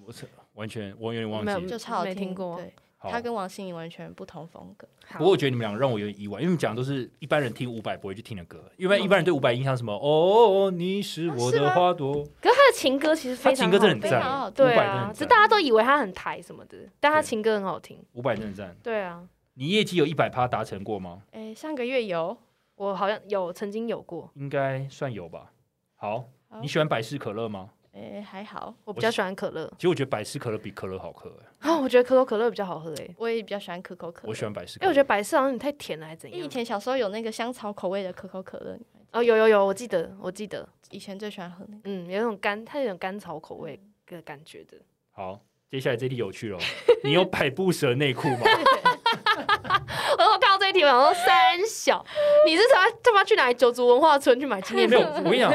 [SPEAKER 3] 我是完全我有点忘
[SPEAKER 2] 没有
[SPEAKER 3] 记
[SPEAKER 1] 就
[SPEAKER 3] 了。
[SPEAKER 1] 超好
[SPEAKER 2] 没
[SPEAKER 1] 嗯听。
[SPEAKER 2] 听过
[SPEAKER 1] 对，
[SPEAKER 3] 好
[SPEAKER 1] 他跟王心凌完全不同风格。
[SPEAKER 2] 好
[SPEAKER 3] 不过我觉得你们两个让我有点意外，因为你们讲的都是一般人听伍佰不会去听的歌，因为一般人对伍佰印象是什么哦，你是我
[SPEAKER 1] 啊是
[SPEAKER 3] 的
[SPEAKER 1] 吗
[SPEAKER 3] 花朵，
[SPEAKER 2] 可是他的情歌其实非
[SPEAKER 3] 他情
[SPEAKER 2] 常
[SPEAKER 3] 歌真
[SPEAKER 2] 好
[SPEAKER 3] 的很
[SPEAKER 1] 非
[SPEAKER 2] 听
[SPEAKER 3] 赞
[SPEAKER 1] 常好
[SPEAKER 3] 欸，
[SPEAKER 1] 听
[SPEAKER 2] 对
[SPEAKER 3] 伍佰真的
[SPEAKER 2] 啊，
[SPEAKER 3] 很
[SPEAKER 2] 只
[SPEAKER 3] 赞
[SPEAKER 2] 大家都以为他很台什么的，但他
[SPEAKER 3] 对
[SPEAKER 2] 情歌很好听。
[SPEAKER 3] 伍佰真的赞。
[SPEAKER 2] 对啊，
[SPEAKER 3] 你业绩有一百趴达成过吗？
[SPEAKER 1] 哎、上个月有，
[SPEAKER 2] 我好像有曾经有过，
[SPEAKER 3] 应该算有吧。好，
[SPEAKER 1] 好
[SPEAKER 3] 你喜欢百事可乐吗？
[SPEAKER 1] 哎、还好，
[SPEAKER 2] 我比较喜欢可
[SPEAKER 3] <laughs>
[SPEAKER 2] 乐
[SPEAKER 3] 其实我觉得百事可乐比可乐好喝欸，
[SPEAKER 2] 啊，我觉得可口可乐比较好喝哎，
[SPEAKER 1] 我也比较喜欢可口可乐。
[SPEAKER 3] 我喜欢百事可
[SPEAKER 2] 哎，
[SPEAKER 3] 乐。
[SPEAKER 2] 我觉得百事好像有点太甜了，还是怎
[SPEAKER 1] 因为以
[SPEAKER 2] 样？
[SPEAKER 1] 前小时候有那个香草口味的可口可乐，
[SPEAKER 2] 哦，有有有，我记得我记得，
[SPEAKER 1] 以前最喜欢喝那个。
[SPEAKER 2] 嗯，有一种甘，它有种甘草口味的感觉
[SPEAKER 3] <laughs>
[SPEAKER 2] 的。
[SPEAKER 3] 好，接下来这题有趣了，哦你有百步蛇内裤
[SPEAKER 1] <laughs>
[SPEAKER 3] 吗？
[SPEAKER 2] 我我看到这一题，我想说三小， <laughs> 你是他他妈去哪里九族文化村去买纪念
[SPEAKER 3] 没
[SPEAKER 2] 品
[SPEAKER 3] 有，？我跟你讲，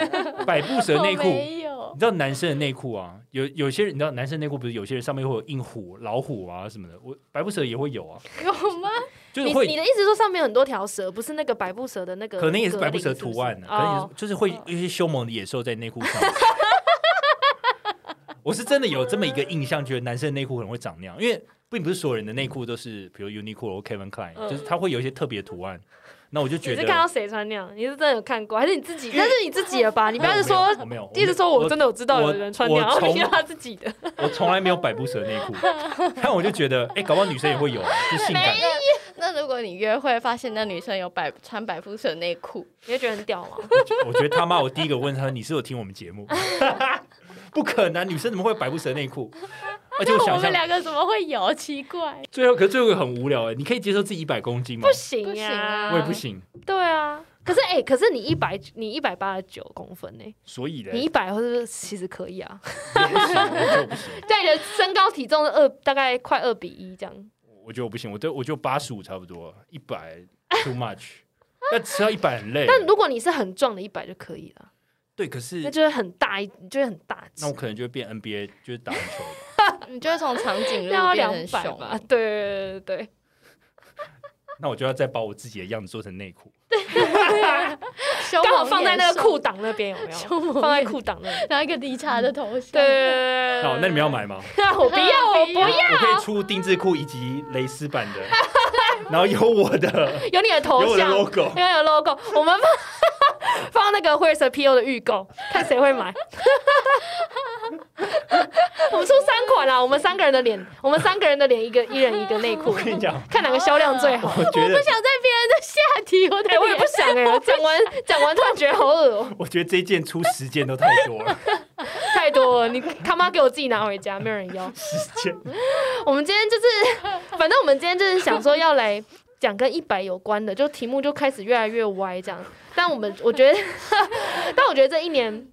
[SPEAKER 3] 百步蛇
[SPEAKER 1] 我
[SPEAKER 3] 内裤，你
[SPEAKER 1] 哦没有，
[SPEAKER 3] 知道男生的内裤啊，有有些人你知道男生内裤不是有些人上面会有印虎、老虎啊什么的，我百步蛇也会有啊，
[SPEAKER 1] <laughs> 有吗？
[SPEAKER 3] 就是
[SPEAKER 2] 你
[SPEAKER 3] 会
[SPEAKER 2] 你的意思说上面有很多条蛇，不是那个白布蛇的那个？
[SPEAKER 3] 可能也是百步蛇图案
[SPEAKER 2] 的
[SPEAKER 3] 啊呢、，可能也是
[SPEAKER 2] 哦
[SPEAKER 3] 就是会有一些凶猛的野兽在内裤上。 <laughs> 我是真的有这么一个印象，觉得男生的内裤可能会长那样，因为并不是所有人的内裤都是，比如 Uniqlo 或 Kevin Klein，、
[SPEAKER 2] 嗯
[SPEAKER 3] 就是它会有一些特别图案。那我就
[SPEAKER 2] 你
[SPEAKER 3] 觉
[SPEAKER 2] 是
[SPEAKER 3] 得，
[SPEAKER 2] 看到谁穿那样？你是真的有看过，还 <laughs> 是你自己？
[SPEAKER 3] 因为
[SPEAKER 2] 那是你自己的 <laughs> 吧？你不要是
[SPEAKER 3] 没有
[SPEAKER 2] 说
[SPEAKER 3] 我没有，我没
[SPEAKER 2] 一
[SPEAKER 3] 有
[SPEAKER 2] 直说我真的有知道有
[SPEAKER 3] 我
[SPEAKER 2] 人穿那样， <laughs> 然后
[SPEAKER 3] 我从
[SPEAKER 2] 明明他自己的。
[SPEAKER 3] 我从来没有百步蛇内
[SPEAKER 2] <laughs>
[SPEAKER 3] 裤，但我就觉得，哎、搞不好女生也会有啊，就性感。
[SPEAKER 1] 那如果你约会发现那女生有百穿百富蛇内裤，
[SPEAKER 2] 你会觉得很屌吗？
[SPEAKER 3] 我觉得 <laughs> 他妈，我第一个问他，你是有听我们节
[SPEAKER 2] <laughs>
[SPEAKER 3] 目？不可能，女生怎么会有百步蛇内
[SPEAKER 2] <laughs>
[SPEAKER 3] 裤？而且我
[SPEAKER 1] 我
[SPEAKER 3] 想
[SPEAKER 1] 们
[SPEAKER 3] 象
[SPEAKER 1] 两个怎么会有？奇怪，
[SPEAKER 3] 最后，可是最后一个很无聊哎、你可以接受自己一百公斤吗
[SPEAKER 2] 不？行
[SPEAKER 1] 不行
[SPEAKER 2] 呀，
[SPEAKER 1] 啊
[SPEAKER 3] 我也不。行，
[SPEAKER 2] 对啊，可是哎、可是你一百你一百八十九公分呢、
[SPEAKER 3] 所以呢，
[SPEAKER 2] 你一百或者其实可以啊。
[SPEAKER 3] 我不行，我觉得我不行，
[SPEAKER 2] 对，你的身高体重的二大概快二比一这样。<laughs>
[SPEAKER 3] 我觉得我不行，我对我就八十五差不多，一百 too much，要
[SPEAKER 2] <laughs>
[SPEAKER 3] 吃到一百很累。
[SPEAKER 2] 但如果你是很壮的，一百就可以了，
[SPEAKER 3] 对，可是
[SPEAKER 2] 那就是很大一，你就会很大只
[SPEAKER 3] 那我。可能就会变 NBA，就是打篮
[SPEAKER 2] <laughs>
[SPEAKER 3] 球吧。
[SPEAKER 1] <laughs> 你就会从长颈
[SPEAKER 2] 那要
[SPEAKER 1] 鹿变
[SPEAKER 2] 两
[SPEAKER 1] 成
[SPEAKER 2] 百
[SPEAKER 1] 熊 <laughs>
[SPEAKER 2] 吧？对对对对
[SPEAKER 3] 那我就要再把我自己的样子做成内裤。
[SPEAKER 1] 对
[SPEAKER 2] 对，啊刚好放在那个
[SPEAKER 1] <laughs>
[SPEAKER 2] 裤裆那边有没有？
[SPEAKER 1] 胸
[SPEAKER 2] 放在裤裆那边。
[SPEAKER 1] 拿一个理查的头像，
[SPEAKER 2] 对对对对对
[SPEAKER 3] <laughs> 好，那你们要？买吗？
[SPEAKER 2] 对对 <laughs> 我不要，呃我不要，
[SPEAKER 3] 我可以出定制裤以及蕾丝版
[SPEAKER 2] <laughs>
[SPEAKER 3] 的，然后有我的，
[SPEAKER 2] 有你的
[SPEAKER 3] 有
[SPEAKER 2] 头
[SPEAKER 3] 我的
[SPEAKER 2] 像，
[SPEAKER 3] logo。
[SPEAKER 2] 因为有 logo，我们放 <laughs> 放那个 Where's the PO 的预购，看谁会买。 <laughs> 我们出三款啦，我们三个人的脸，我们三个人的脸，一个一人一个内裤
[SPEAKER 3] 我，跟你
[SPEAKER 2] <laughs>
[SPEAKER 3] 讲，
[SPEAKER 2] 看哪个销量最好。
[SPEAKER 3] 我觉得，
[SPEAKER 1] 想在别人的下体，我
[SPEAKER 2] 哎、我也不想哎、我讲完讲完突然觉得好恶哦、
[SPEAKER 3] 我觉得这件出十件都太
[SPEAKER 2] <laughs>
[SPEAKER 3] 多了，
[SPEAKER 2] 太多了，你他妈给我自己拿回家，没有人要。
[SPEAKER 3] 十件。
[SPEAKER 2] 我们今天就是， <laughs> 反正我们今天就是想说要来讲跟一百有关的，就题目就开始越来越歪这样。但我们我觉得， <laughs> 但我觉得这一年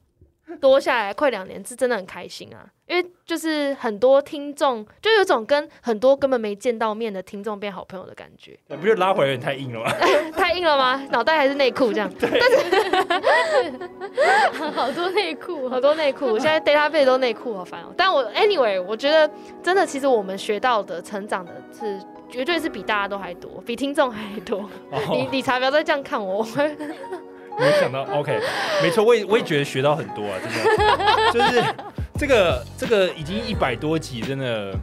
[SPEAKER 2] 多下来，快两年是真的很开心啊，因为就是很多听众，就有种跟很多根本没见到面的听众变好朋友的感觉。
[SPEAKER 3] 哎不就拉回来有点太硬了吗？
[SPEAKER 2] 太硬了吗？脑袋还是内裤这样，
[SPEAKER 1] 好多内裤哦
[SPEAKER 2] 好多内裤，我现在 database 都内裤，好烦哦、但我 anyway，我觉得真的，其实我们学到的、成长的是。绝对是比大家都还多，比听众还多。理
[SPEAKER 3] 哦，
[SPEAKER 2] 理查不要再这样看我，我会
[SPEAKER 3] 没想到，OK，没错，我也我也觉得学到很多啊，真的，就是这个这个已经一百多集，真的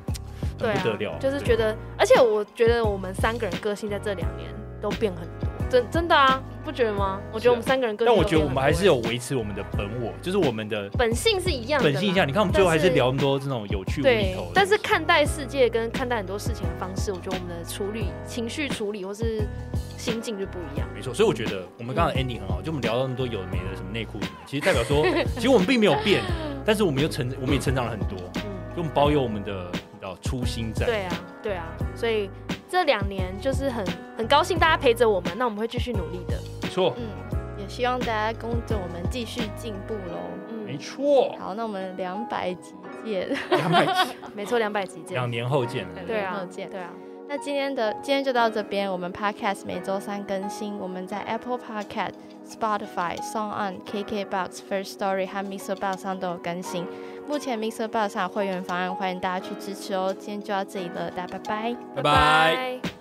[SPEAKER 2] 对
[SPEAKER 3] 很
[SPEAKER 2] 啊
[SPEAKER 3] 不得了，
[SPEAKER 2] 就是觉得，而且我觉得我们三个人个性在这两年都变很多，真真的啊，不觉得吗？我觉得我们三个人个性
[SPEAKER 3] 对。啊但
[SPEAKER 2] 都
[SPEAKER 3] 我
[SPEAKER 2] 变很
[SPEAKER 3] 觉
[SPEAKER 2] 多，
[SPEAKER 3] 得我们还是有维持我们的本我，就是我们的
[SPEAKER 2] 本性是一样的啦，
[SPEAKER 3] 本性一下。你看，我们最后还是聊那么多这种有趣无厘
[SPEAKER 2] 对
[SPEAKER 3] 头的，，
[SPEAKER 2] 但是看待世界跟看待很多事情的方式，我觉得我们的处理情绪处理或是心境就不一样。
[SPEAKER 3] 没错，所以我觉得我们
[SPEAKER 2] 嗯
[SPEAKER 3] 刚刚的 ending 很好，就我们聊到那么多有的没的，什么内裤什么，其实代表说，其实我们并没有变，但是我们又成，我们也成长了很多，
[SPEAKER 2] 嗯，
[SPEAKER 3] 就我们保有我们的你知道初心在。
[SPEAKER 2] 对啊，对啊，所以这两年就是很很高兴大家陪着我们，那我们会继续努力的。
[SPEAKER 3] 没错，
[SPEAKER 1] 嗯，也希望大家跟着我们继续进步喽。
[SPEAKER 3] 没
[SPEAKER 2] 嗯，
[SPEAKER 3] 错，
[SPEAKER 1] 好，那我们两百集见， <laughs>
[SPEAKER 3] 两百集，
[SPEAKER 2] 没错，两百集见
[SPEAKER 3] 两。年后见了。
[SPEAKER 2] 对啊
[SPEAKER 1] 然后，见
[SPEAKER 2] 对啊，
[SPEAKER 1] 那今天的今天就到这边，我们 Podcast 每周三更新，我们在 Apple Podcast、Spotify、Song On、KKBox、First Story 和 Mixer Box 上都有更新。目前 Mixer Box 上有会员方案，欢迎大家去支持哦。今天就到这里了，大家拜拜。
[SPEAKER 4] 拜拜。
[SPEAKER 2] 拜